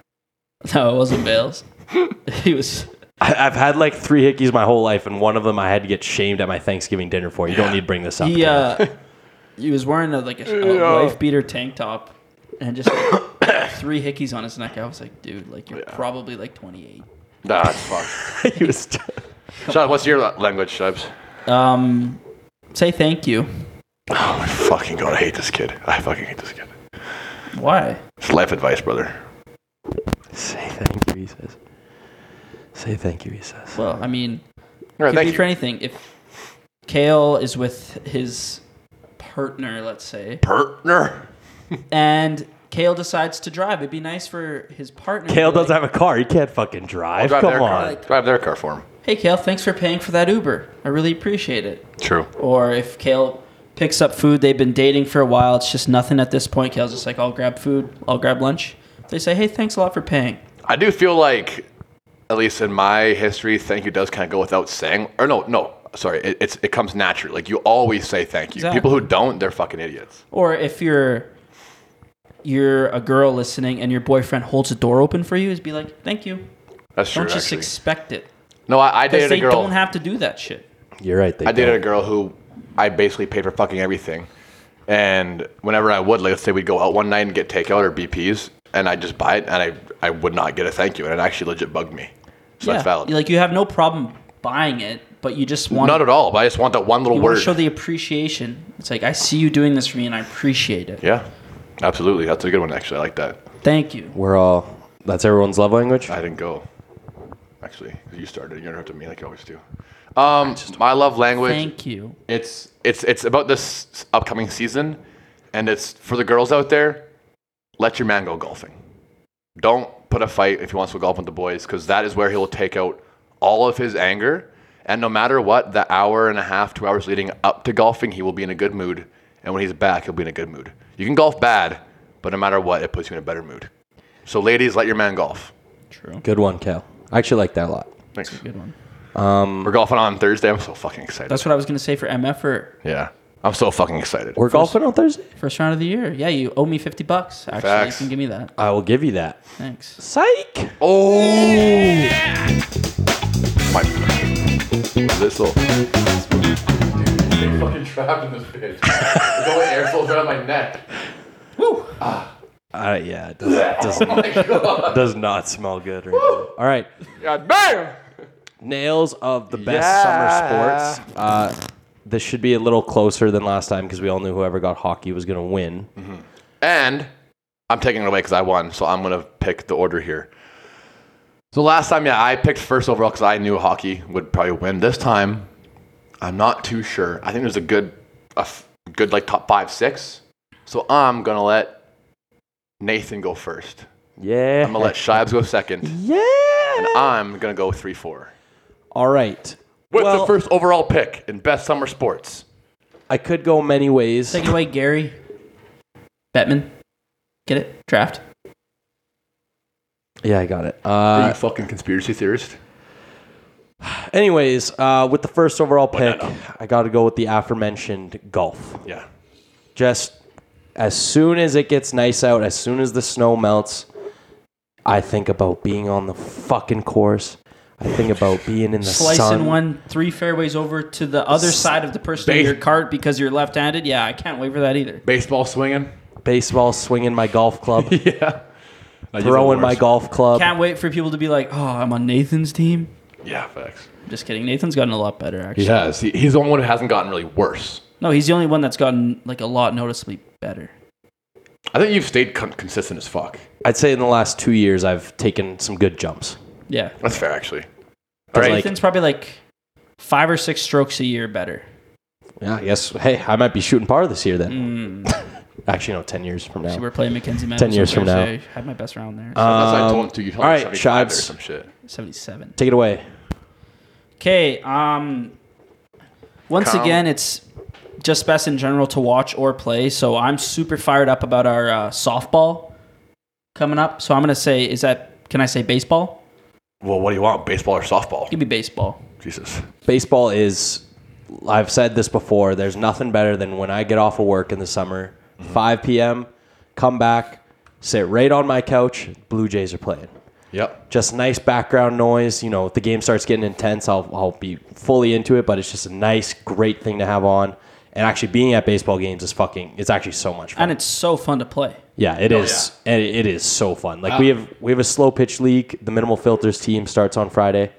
Speaker 2: no, it wasn't Bales. he was.
Speaker 3: I, I've had like three hickeys my whole life and one of them I had to get shamed at my Thanksgiving dinner for. You don't need to bring this up.
Speaker 2: He uh, he was wearing a, like a, a
Speaker 1: Yeah.
Speaker 2: wife beater tank top and just three hickeys on his neck. I was like, dude, like you're probably like 28.
Speaker 1: Nah, it's fucked.
Speaker 3: He was t-
Speaker 1: Sean, what's your la- language, Shubs?
Speaker 2: Um, say thank you.
Speaker 1: Oh my fucking god, I hate this kid. I fucking hate this kid.
Speaker 2: Why?
Speaker 1: It's life advice, brother.
Speaker 3: Say thank you, he says. Say thank you, he says.
Speaker 2: Well, I mean,
Speaker 1: All right,
Speaker 2: could
Speaker 1: thank
Speaker 2: be
Speaker 1: you.
Speaker 2: for anything. If Kale is with his partner, let's say,
Speaker 1: Partner?
Speaker 2: and Kale decides to drive, it'd be nice for his partner. to
Speaker 3: Kale
Speaker 2: be like,
Speaker 3: doesn't have a car. He can't fucking drive.
Speaker 1: Drive their
Speaker 3: Come
Speaker 1: car.
Speaker 3: on.
Speaker 1: Drive their car for him.
Speaker 2: Hey, Kale, thanks for paying for that Uber. I really appreciate it.
Speaker 1: True.
Speaker 2: Or if Kale picks up food, they've been dating for a while, it's just nothing at this point. Kale's just like, I'll grab food, I'll grab lunch. They say, hey, thanks a lot for paying.
Speaker 1: I do feel like, at least in my history, thank you does kind of go without saying. Or no, no, sorry, it, it's it comes naturally. Like you always say thank you.
Speaker 2: Exactly.
Speaker 1: People who don't, they're fucking idiots.
Speaker 2: Or if you're you're a girl listening and your boyfriend holds the door open for you, is be like, thank you.
Speaker 1: That's true.
Speaker 2: Don't just
Speaker 1: actually.
Speaker 2: expect it.
Speaker 1: no, I, I dated
Speaker 2: Because they
Speaker 1: a girl.
Speaker 2: don't have to do that shit.
Speaker 3: You're right. They
Speaker 1: I dated a girl who I basically paid for fucking everything. And whenever I would, like, let's say we'd go out one night and get takeout or BPs, and I just buy it, and I I would not get a thank you, and it actually legit bugged me. So that's valid.
Speaker 2: Like you have no problem buying it, but you just want
Speaker 1: not at all, but I just want that one little
Speaker 2: you want
Speaker 1: word.
Speaker 2: to show the appreciation. It's like I see you doing this for me and I appreciate it.
Speaker 1: yeah, absolutely. That's a good one. Actually, I like that.
Speaker 2: Thank you.
Speaker 3: We're all. That's everyone's love language.
Speaker 1: I didn't go. Actually, you started. You interrupted me like you always do. Um, my love language.
Speaker 2: Thank you.
Speaker 1: It's it's it's about this upcoming season, and it's for the girls out there. Let your man go golfing. Don't put a fight if he wants to go golf with the boys, because that is where he will take out all of his anger. And no matter what, the hour and a half, two hours leading up to golfing, he will be in a good mood. And when he's back, he'll be in a good mood. You can golf bad, but no matter what, it puts you in a better mood. So, ladies, let your man golf.
Speaker 2: True.
Speaker 3: Good one, Cal. I actually like that a lot.
Speaker 1: Thanks.
Speaker 2: Good one.
Speaker 1: We're golfing on Thursday. I'm so fucking excited.
Speaker 2: That's what I was gonna say for MF for
Speaker 1: yeah. I'm so fucking excited.
Speaker 3: We're golfing on Thursday.
Speaker 2: first round of the year. Yeah, you owe me fifty bucks. Actually,
Speaker 1: Facts.
Speaker 2: you can give me that.
Speaker 3: I will give you that.
Speaker 2: Thanks.
Speaker 3: Psych.
Speaker 1: Oh! My this little. fucking trapped in this bitch. There's only air flows around my neck.
Speaker 2: Woo!
Speaker 3: Uh, yeah, it does,
Speaker 1: Oh
Speaker 3: does, does not smell good right now. All right.
Speaker 1: God damn!
Speaker 3: Nails of the best
Speaker 1: Yeah.
Speaker 3: summer sports. Uh, this should be a little closer than last time because we all knew whoever got hockey was going to win.
Speaker 1: Mm-hmm. And I'm taking it away because I won, so I'm gonna pick the order here. So last time, yeah, I picked first overall because I knew hockey would probably win. This time, I'm not too sure. I think there's a good, a f- good like top five, six. So I'm gonna let Nathan go first.
Speaker 3: Yeah.
Speaker 1: I'm gonna let Shibes go second.
Speaker 3: yeah.
Speaker 1: I'm gonna go three, four.
Speaker 3: All right.
Speaker 1: With the
Speaker 3: Well-
Speaker 1: first overall pick in best summer sports.
Speaker 3: I could go many ways.
Speaker 2: Take it away, Gary. Bettman. Get it? Draft.
Speaker 3: Yeah, I got it.
Speaker 1: Are
Speaker 3: Uh,
Speaker 1: you fucking conspiracy theorist?
Speaker 3: anyways, uh, with the first overall pick, I got to go with the aforementioned golf.
Speaker 1: Yeah.
Speaker 3: Just as soon as it gets nice out, as soon as the snow melts, I think about being on the fucking course. I think about being in the
Speaker 2: Slicing
Speaker 3: sun.
Speaker 2: one three fairways over to the other side of the person in
Speaker 1: Base-
Speaker 2: your cart because you're left handed. Yeah, I can't wait for that either.
Speaker 1: Baseball swinging.
Speaker 3: baseball, swinging my golf club,
Speaker 1: Yeah.
Speaker 3: throwing my golf club.
Speaker 2: Can't wait for people to be like, oh, I'm on Nathan's team.
Speaker 1: Yeah, facts.
Speaker 2: Just kidding. Nathan's gotten a lot better, actually.
Speaker 1: He has. He, he's the only one who hasn't gotten really worse.
Speaker 2: No, he's the only one that's gotten like a lot noticeably better.
Speaker 1: I think you've stayed con- consistent as fuck.
Speaker 3: I'd say in the last two years, I've taken some good jumps.
Speaker 2: Yeah.
Speaker 1: That's fair, actually.
Speaker 3: All right.
Speaker 2: Nathan's probably like five or six strokes a year better.
Speaker 3: Yeah, I guess. Hey, I might be shooting par this year
Speaker 2: Mm.
Speaker 3: then. Actually, no, ten years from
Speaker 2: So
Speaker 3: now.
Speaker 2: we're playing Mackenzie Matters.
Speaker 3: 10 Mm. years
Speaker 2: on
Speaker 3: from now.
Speaker 2: Thursday. I had my best round there.
Speaker 1: That's what I
Speaker 3: Um,
Speaker 1: told him to. You told
Speaker 3: all
Speaker 1: him
Speaker 3: right,
Speaker 1: 75 or
Speaker 3: Shibes.
Speaker 1: some shit.
Speaker 2: 77.
Speaker 3: Take it away.
Speaker 2: Okay. Um, once
Speaker 1: Kyle.
Speaker 2: again, it's just best in general to watch or play. So I'm super fired up about our uh, softball coming up. So I'm going to say, is that, can I say baseball?
Speaker 1: Well, what do you want? Baseball or softball?
Speaker 2: Give me baseball.
Speaker 1: Jesus.
Speaker 3: Baseball is. I've said this before. There's nothing better than when I get off of work in the summer, 5 p.m. Come back, sit right on my couch. Blue Jays are playing.
Speaker 1: Yep.
Speaker 3: Just nice background noise. You know, if the game starts getting intense, I'll I'll be fully into it. But it's just a nice, great thing to have on. And actually, being at baseball games is fucking. It's actually so much fun.
Speaker 2: And it's so fun to play.
Speaker 3: Yeah, it
Speaker 2: Oh,
Speaker 3: is, and it is so fun. Like we have we have a slow pitch league. The minimal filters team starts on Friday.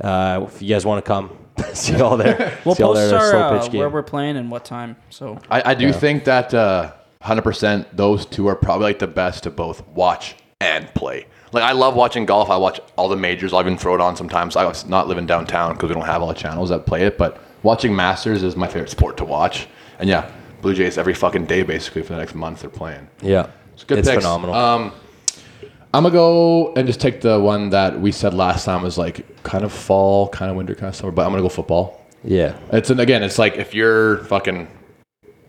Speaker 3: Uh, if you guys want to come, see y'all there.
Speaker 2: We'll
Speaker 3: see y'all
Speaker 2: post
Speaker 3: at
Speaker 2: our, uh, where we're playing and what time. So
Speaker 1: I, I do think that uh, 100% those two are probably like the best to both watch and play. Like, I love watching golf. I watch all the majors. I'll even throw it on sometimes. I was not living downtown because we don't have all the channels that play it, but watching Masters is my favorite sport to watch. And yeah, Blue Jays every fucking day basically for the next month they're playing.
Speaker 3: yeah, it's,
Speaker 1: good picks.
Speaker 3: phenomenal.
Speaker 2: Um,
Speaker 1: I'm gonna go and just take the one that we said last time was like kind of fall, kind of winter, kind of summer. But I'm gonna go football.
Speaker 3: yeah,
Speaker 1: It's an, again, it's like if you're fucking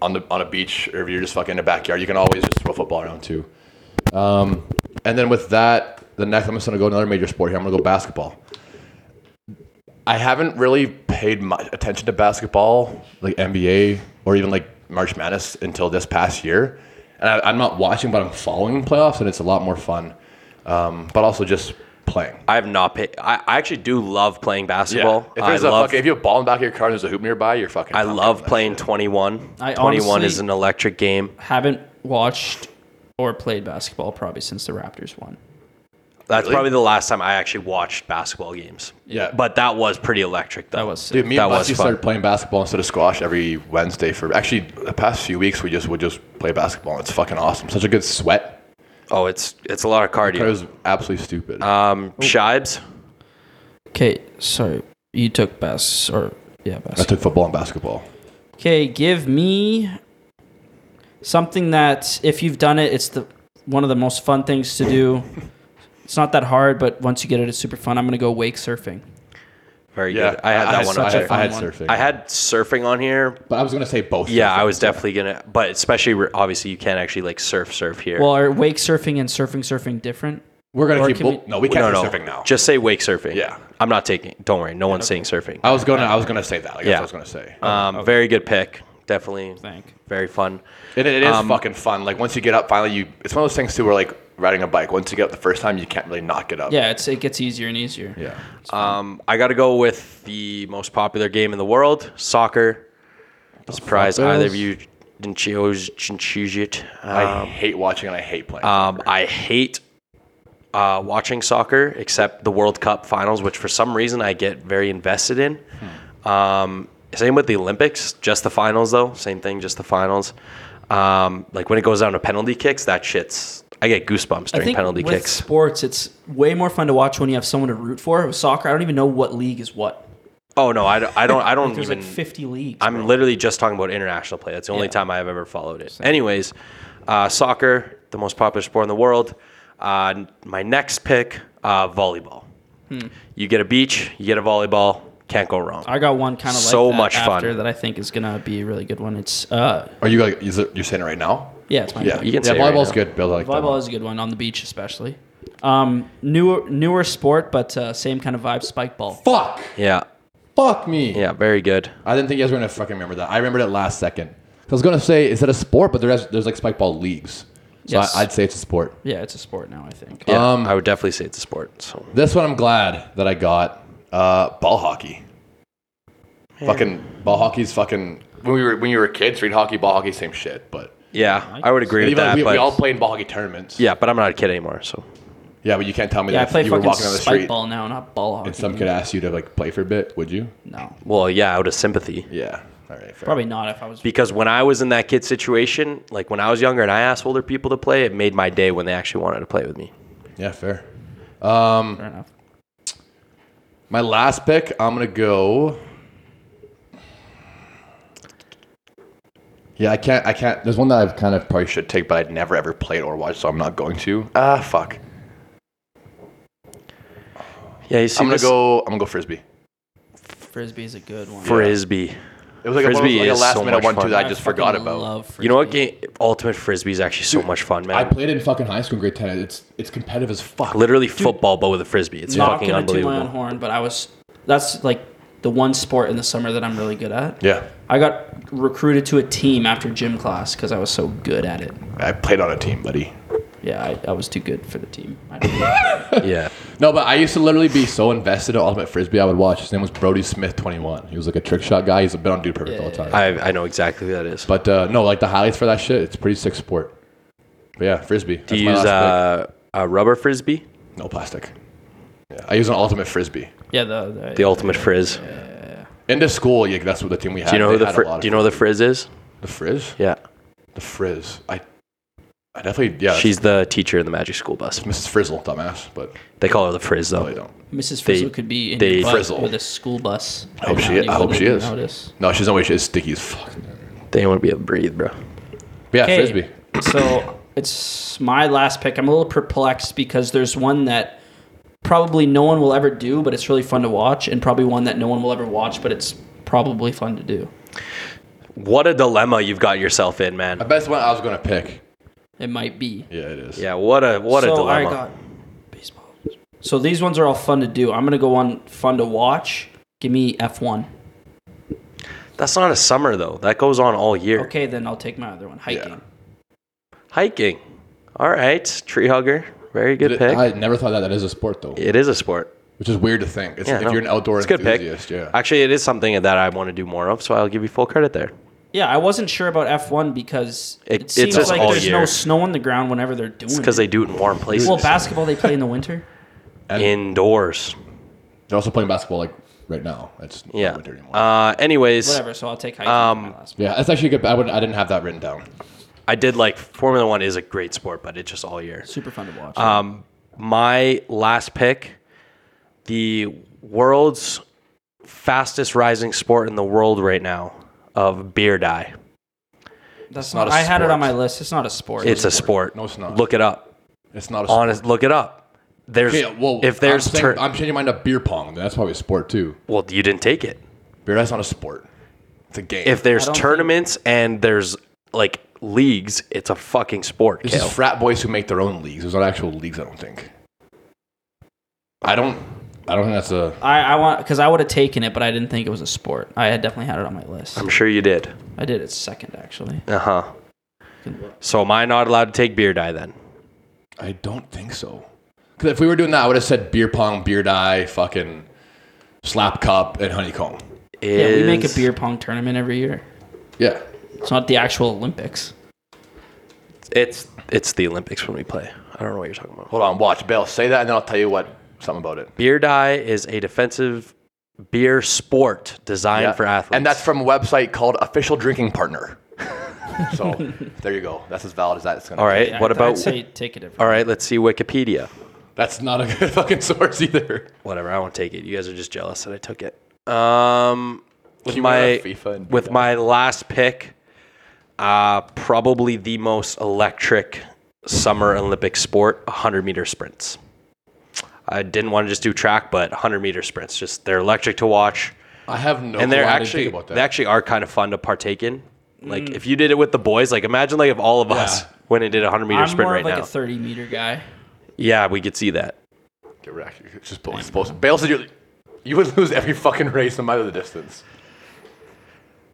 Speaker 1: on the on a beach or if you're just fucking in the backyard, you can always just throw a football around too. Um, and then with that, the next I'm just gonna go another major sport here. I'm gonna go basketball. I haven't really paid much attention to basketball, like NBA or even like March Madness until this past year. And I, I'm not watching, but I'm following playoffs, and it's a lot more fun. Um, but also just playing.
Speaker 3: I have not. Pay- I, I actually do love playing basketball.
Speaker 1: If
Speaker 3: I
Speaker 1: there's a
Speaker 3: love.
Speaker 1: fucking, if you have a ball in the back of your car and there's a hoop nearby, you're fucking.
Speaker 3: I
Speaker 1: not
Speaker 3: love
Speaker 1: doing that.
Speaker 3: playing 21.
Speaker 2: I
Speaker 3: 21 is
Speaker 2: honestly-
Speaker 3: an electric game.
Speaker 2: haven't watched or played basketball probably since the Raptors won.
Speaker 3: That's
Speaker 1: Really?
Speaker 3: probably the last time I actually watched basketball games.
Speaker 1: Yeah.
Speaker 3: but that was pretty electric. Though.
Speaker 2: That was sick.
Speaker 1: Dude, me
Speaker 3: That
Speaker 1: and
Speaker 3: was
Speaker 1: Bussy
Speaker 3: fun.
Speaker 1: started playing basketball instead of squash every Wednesday for actually the past few weeks. We just would just play basketball. It's fucking awesome. Such a good sweat.
Speaker 3: Oh, it's it's a lot of
Speaker 1: It
Speaker 3: cardio.
Speaker 1: was absolutely stupid.
Speaker 3: Um,
Speaker 2: Oh.
Speaker 3: Shibes.
Speaker 2: Okay, sorry. You took best or yeah,
Speaker 1: I
Speaker 2: best.
Speaker 1: took football and basketball.
Speaker 2: Okay, give me something that if you've done it, it's the one of the most fun things to do. it's not that hard, but once you get it, it's super fun. I'm gonna go wake surfing.
Speaker 3: Very good. I had that one.
Speaker 1: I,
Speaker 3: up
Speaker 2: such
Speaker 1: had,
Speaker 3: there.
Speaker 2: a fun
Speaker 1: I had
Speaker 2: one.
Speaker 1: surfing.
Speaker 3: I had surfing on here,
Speaker 1: but I was gonna say both.
Speaker 3: Yeah, I
Speaker 1: surfing.
Speaker 3: was definitely gonna, but especially re- obviously you can't actually like surf surf here.
Speaker 2: Well, are wake surfing and surfing surfing different?
Speaker 1: We're gonna
Speaker 2: or
Speaker 1: keep.
Speaker 2: can
Speaker 1: well,
Speaker 2: we-
Speaker 1: no, we
Speaker 3: no,
Speaker 1: can't
Speaker 3: no,
Speaker 1: do surfing now.
Speaker 3: Just say wake surfing.
Speaker 1: Yeah.
Speaker 3: I'm not taking. Don't worry, no one's saying surfing.
Speaker 1: I was gonna. I was gonna say that. Like,
Speaker 3: Yeah.
Speaker 1: That's what I was gonna say.
Speaker 3: Um, very good pick, definitely.
Speaker 2: Thank.
Speaker 3: Very fun.
Speaker 1: It, it
Speaker 3: Um,
Speaker 1: is fucking fun. Like once you get up, finally you. It's one of those things too, where like riding a bike. Once you get up the first time, you can't really not get up.
Speaker 2: Yeah, it's it gets easier and easier.
Speaker 1: Yeah.
Speaker 3: Um, I got to go with the most popular game in the world, soccer. Surprised either of
Speaker 1: is-
Speaker 3: you didn't choose didn't choose it.
Speaker 1: I hate watching and I hate playing.
Speaker 3: Um, I hate uh, watching soccer except the World Cup finals, which for some reason I get very invested in.
Speaker 2: Hmm.
Speaker 3: Um, same with the Olympics, just the finals though. Same thing, just the finals. Um, like when it goes down to penalty kicks, that shit's. I get goosebumps
Speaker 2: I
Speaker 3: during
Speaker 2: think
Speaker 3: penalty
Speaker 2: with
Speaker 3: kicks.
Speaker 2: sports, it's way more fun to watch when you have someone to root for. With soccer, I don't even know what league is what.
Speaker 3: Oh no, I don't. I don't, I don't
Speaker 2: There's
Speaker 3: even.
Speaker 2: like 50 leagues.
Speaker 3: I'm literally just talking about international play. That's the only
Speaker 2: Yeah.
Speaker 3: time I've ever followed it. Anyways, uh, soccer, the most popular sport in the world. Uh, n- my next pick, uh, volleyball. You get a beach, you get a volleyball, Can't go wrong.
Speaker 2: Hmm. I got one kind of like
Speaker 3: So
Speaker 2: that
Speaker 3: much fun.
Speaker 2: after that I think is gonna be a really good one. It's uh
Speaker 1: Are you like? Is it, you're saying it right now?
Speaker 2: yeah, it's my
Speaker 1: Yeah,
Speaker 3: you
Speaker 1: yeah.
Speaker 3: can say it right
Speaker 1: Volleyball's
Speaker 3: now.
Speaker 1: good. Bill, I like that
Speaker 2: Volleyball
Speaker 1: one.
Speaker 2: is a good one on the beach, especially. Um, newer newer sport, but uh, same kind of vibe. Spike ball.
Speaker 1: Fuck.
Speaker 3: Yeah.
Speaker 1: Fuck me.
Speaker 3: Yeah. Very good.
Speaker 1: I didn't think you guys were gonna fucking remember that. I remembered it last second. I was gonna say, is that a sport? But there's there's like spikeball leagues. So
Speaker 2: Yes.
Speaker 1: I, I'd say it's a sport.
Speaker 2: Yeah, it's a sport now. I think.
Speaker 3: Yeah,
Speaker 1: Um,
Speaker 3: I would definitely say it's a sport. So
Speaker 1: This one I'm glad that I got. Uh, ball hockey. Fucking ball hockey's fucking. When we were when you were a kid, street hockey, ball hockey, same shit. But
Speaker 3: yeah, I would agree with
Speaker 1: even
Speaker 3: that.
Speaker 1: we,
Speaker 3: but
Speaker 1: we all played in ball hockey tournaments.
Speaker 3: yeah, but I'm not a kid anymore. So
Speaker 1: Yeah, but you can't tell me
Speaker 2: Yeah, I
Speaker 1: that
Speaker 2: play
Speaker 1: if you were
Speaker 2: fucking
Speaker 1: walking down the street
Speaker 2: spike ball now, not ball hockey.
Speaker 1: and some kid asked you to like play for a bit, would you?
Speaker 2: no,
Speaker 3: well, yeah, out of sympathy.
Speaker 1: Yeah. All right. Fair.
Speaker 2: probably not. If I was
Speaker 3: Because when I was in that kid situation, like when I was younger and I asked older people to play, it made my day when they actually wanted to play with me.
Speaker 1: Yeah. Fair.
Speaker 2: fair enough.
Speaker 1: My last pick, I'm gonna go. Yeah, I can't. I can't. There's one that I've kind of probably should take, but I'd never ever played or watched, so I'm not going to. Ah, fuck.
Speaker 3: Yeah, you see,
Speaker 1: I'm gonna
Speaker 3: this
Speaker 1: go. I'm gonna go frisbee.
Speaker 2: Frisbee is a good one.
Speaker 3: frisbee.
Speaker 1: It was like a, one of
Speaker 3: Frisbee
Speaker 1: those- like a
Speaker 3: is
Speaker 1: last
Speaker 3: so
Speaker 1: minute
Speaker 3: much
Speaker 1: one too
Speaker 3: fun.
Speaker 1: that I just forgot
Speaker 2: fucking
Speaker 1: about.
Speaker 2: Love frisbee.
Speaker 3: You know what game? Ultimate frisbee is actually so much fun, man.
Speaker 1: I played in fucking high school, in grade ten. It's it's competitive as fuck.
Speaker 3: Literally football, but with a frisbee. It's
Speaker 2: Not
Speaker 3: fucking
Speaker 2: gonna toot my own
Speaker 3: unbelievable.
Speaker 2: horn, but I was. That's like the one sport in the summer that I'm really good at.
Speaker 1: Yeah,
Speaker 2: I got recruited to a team after gym class because I was so good at it.
Speaker 1: I played on a team, buddy.
Speaker 2: Yeah, I, I was too good for the team. I
Speaker 3: yeah,
Speaker 1: No, but I used to literally be so invested in ultimate frisbee. I would watch. His name was Brody Smith, 21. He was like a trick shot guy. He's been on Dude Perfect all the time.
Speaker 3: I, I know exactly who that is.
Speaker 1: But uh, no, like the highlights for that shit, it's pretty sick sport. But yeah, frisbee.
Speaker 3: Do you use uh, a rubber frisbee?
Speaker 1: no plastic? Yeah, I use an ultimate frisbee.
Speaker 2: yeah, the the,
Speaker 3: The ultimate frizz.
Speaker 1: Into school, yeah, that's what the team we had.
Speaker 3: Do you know
Speaker 1: They
Speaker 3: who the
Speaker 1: had a lot
Speaker 3: fr-
Speaker 1: of
Speaker 3: Do you know who the frizz is?
Speaker 1: the frizz?
Speaker 3: Yeah,
Speaker 1: The frizz. I, I definitely yeah.
Speaker 3: she's the teacher in the Magic School Bus.
Speaker 1: Mrs. Frizzle, dumbass, but
Speaker 3: They call her the frizz
Speaker 1: I
Speaker 3: though.
Speaker 1: don't.
Speaker 2: Mrs.
Speaker 3: They-
Speaker 2: Frizzle could be in
Speaker 3: they
Speaker 2: your butt
Speaker 1: frizzle.
Speaker 2: with a school bus.
Speaker 1: I hope
Speaker 2: right
Speaker 1: she.
Speaker 2: now and
Speaker 1: I
Speaker 2: you
Speaker 1: hope she
Speaker 2: wouldn't
Speaker 1: is.
Speaker 2: Notice.
Speaker 1: No, she's always she's sticky as fuck.
Speaker 3: They won't be able to breathe, bro.
Speaker 1: But yeah,
Speaker 2: Okay,
Speaker 1: frisbee.
Speaker 2: so it's my last pick. I'm a little perplexed because there's one that probably no one will ever do, but it's really fun to watch, and probably one that no one will ever watch, but it's probably fun to do.
Speaker 3: What a dilemma you've got yourself in,
Speaker 1: I
Speaker 3: man.
Speaker 1: bet it's one I was gonna pick.
Speaker 2: It might be.
Speaker 1: Yeah, it is.
Speaker 3: Yeah, what a what a
Speaker 2: so I
Speaker 3: dilemma.
Speaker 2: got baseball. So these ones are all fun to do. I'm gonna go on fun to watch. Give me F1.
Speaker 3: That's not a summer though. That goes on all year.
Speaker 2: Okay, then I'll take my other one. Hiking.
Speaker 3: Hiking. All right, tree hugger. Very good
Speaker 1: It-
Speaker 3: pick.
Speaker 1: I never thought that that is a sport though,
Speaker 3: it is a sport.
Speaker 1: which is weird to think. It's,
Speaker 3: Yeah,
Speaker 1: if
Speaker 3: no,
Speaker 1: you're an outdoor
Speaker 3: it's a good pick.
Speaker 1: enthusiast, yeah.
Speaker 3: Actually, it is something that I want to do more of, so I'll give you full credit there.
Speaker 2: Yeah, I wasn't sure about F1 because
Speaker 3: It-
Speaker 2: it,
Speaker 3: it's
Speaker 2: seems
Speaker 3: just
Speaker 2: like
Speaker 3: all
Speaker 2: there's
Speaker 3: year.
Speaker 2: no snow on the ground whenever they're doing
Speaker 3: Because
Speaker 2: it.
Speaker 3: they do it in warm places.
Speaker 2: well, basketball they play in the winter.
Speaker 3: Indoors.
Speaker 1: They're also playing basketball like right now. It's not
Speaker 3: Yeah.
Speaker 1: winter anymore.
Speaker 3: Uh, anyways,
Speaker 2: Whatever. So I'll take hiking. Um, my last one.
Speaker 1: yeah, that's actually good. I, would, I didn't have that written down.
Speaker 3: I did like Formula One is a great sport, but it's just all year.
Speaker 2: Super fun to watch.
Speaker 3: Um, my last pick, the world's fastest rising sport in the world right now of beer dye.
Speaker 2: That's
Speaker 1: not
Speaker 2: not.
Speaker 1: a
Speaker 2: I had it
Speaker 1: sport.
Speaker 2: on my list. It's not a sport.
Speaker 3: It's a sport.
Speaker 1: No, it's not.
Speaker 3: Look it up.
Speaker 1: It's not a sport.
Speaker 3: Honest, look it up. There's
Speaker 1: Okay, well,
Speaker 3: if there's
Speaker 1: I'm, saying-
Speaker 3: tur-
Speaker 1: I'm changing mine to beer pong. That's probably a sport too.
Speaker 3: well, you didn't take it.
Speaker 1: Beer that's not a sport. It's a game.
Speaker 3: If there's
Speaker 2: don't think-
Speaker 3: tournaments and there's like leagues, it's a fucking sport.
Speaker 1: this
Speaker 3: Kale.
Speaker 1: is frat boys who make their own leagues. There's not actual leagues. I don't think. I don't. I don't think that's a.
Speaker 2: I, I want because I would have taken it, but I didn't think it was a sport. I had definitely had it on my list.
Speaker 3: I'm sure you did.
Speaker 2: I did it second actually.
Speaker 3: Uh huh. So am I not allowed to take beer dye then?
Speaker 1: I don't think so. Because if we were doing that, I would have said beer pong, beer dye, fucking slap cup, and honeycomb.
Speaker 2: Yeah, we make a
Speaker 3: Is-
Speaker 2: beer pong tournament every year.
Speaker 1: Yeah.
Speaker 2: It's not the actual Olympics.
Speaker 3: It's it's the Olympics when we play. I don't know what you're talking about.
Speaker 1: Hold on. Watch Bill say that, and then I'll tell you what something about it.
Speaker 3: Beer dye is a defensive beer sport designed
Speaker 1: Yeah.
Speaker 3: for athletes.
Speaker 1: And that's from a website called Official Drinking Partner. so there you go. That's as valid as that's gonna
Speaker 3: all
Speaker 1: be.
Speaker 3: right.
Speaker 2: Yeah,
Speaker 3: what
Speaker 2: I'd-
Speaker 3: about?
Speaker 2: I'd say take it. Every-
Speaker 3: all right. Let's see Wikipedia.
Speaker 1: That's not a good fucking source either.
Speaker 3: Whatever. I won't take it. You guys are just jealous that I took it. Um, with
Speaker 1: You
Speaker 3: my
Speaker 1: were on FIFA and
Speaker 3: with
Speaker 1: beer
Speaker 3: my last pick, uh, probably the most electric summer Olympic sport: 100 meter sprints. I didn't want to just do track, but 100 meter sprints, just they're electric to watch,
Speaker 1: I have no. clue
Speaker 3: and they're
Speaker 1: how they
Speaker 3: actually
Speaker 1: think about that.
Speaker 3: they actually are kind of fun to partake in. Like
Speaker 2: Mm.
Speaker 3: if you did it with the boys, like imagine like if all of us
Speaker 1: Yeah.
Speaker 3: went and did a 100 meter
Speaker 2: I'm
Speaker 3: sprint
Speaker 2: more
Speaker 3: right
Speaker 2: of like
Speaker 3: now.
Speaker 2: a 30 meter guy.
Speaker 3: yeah, we could see that.
Speaker 1: Get wrecked. It's just both. it's both. Bale said you you would lose every fucking race no matter the distance.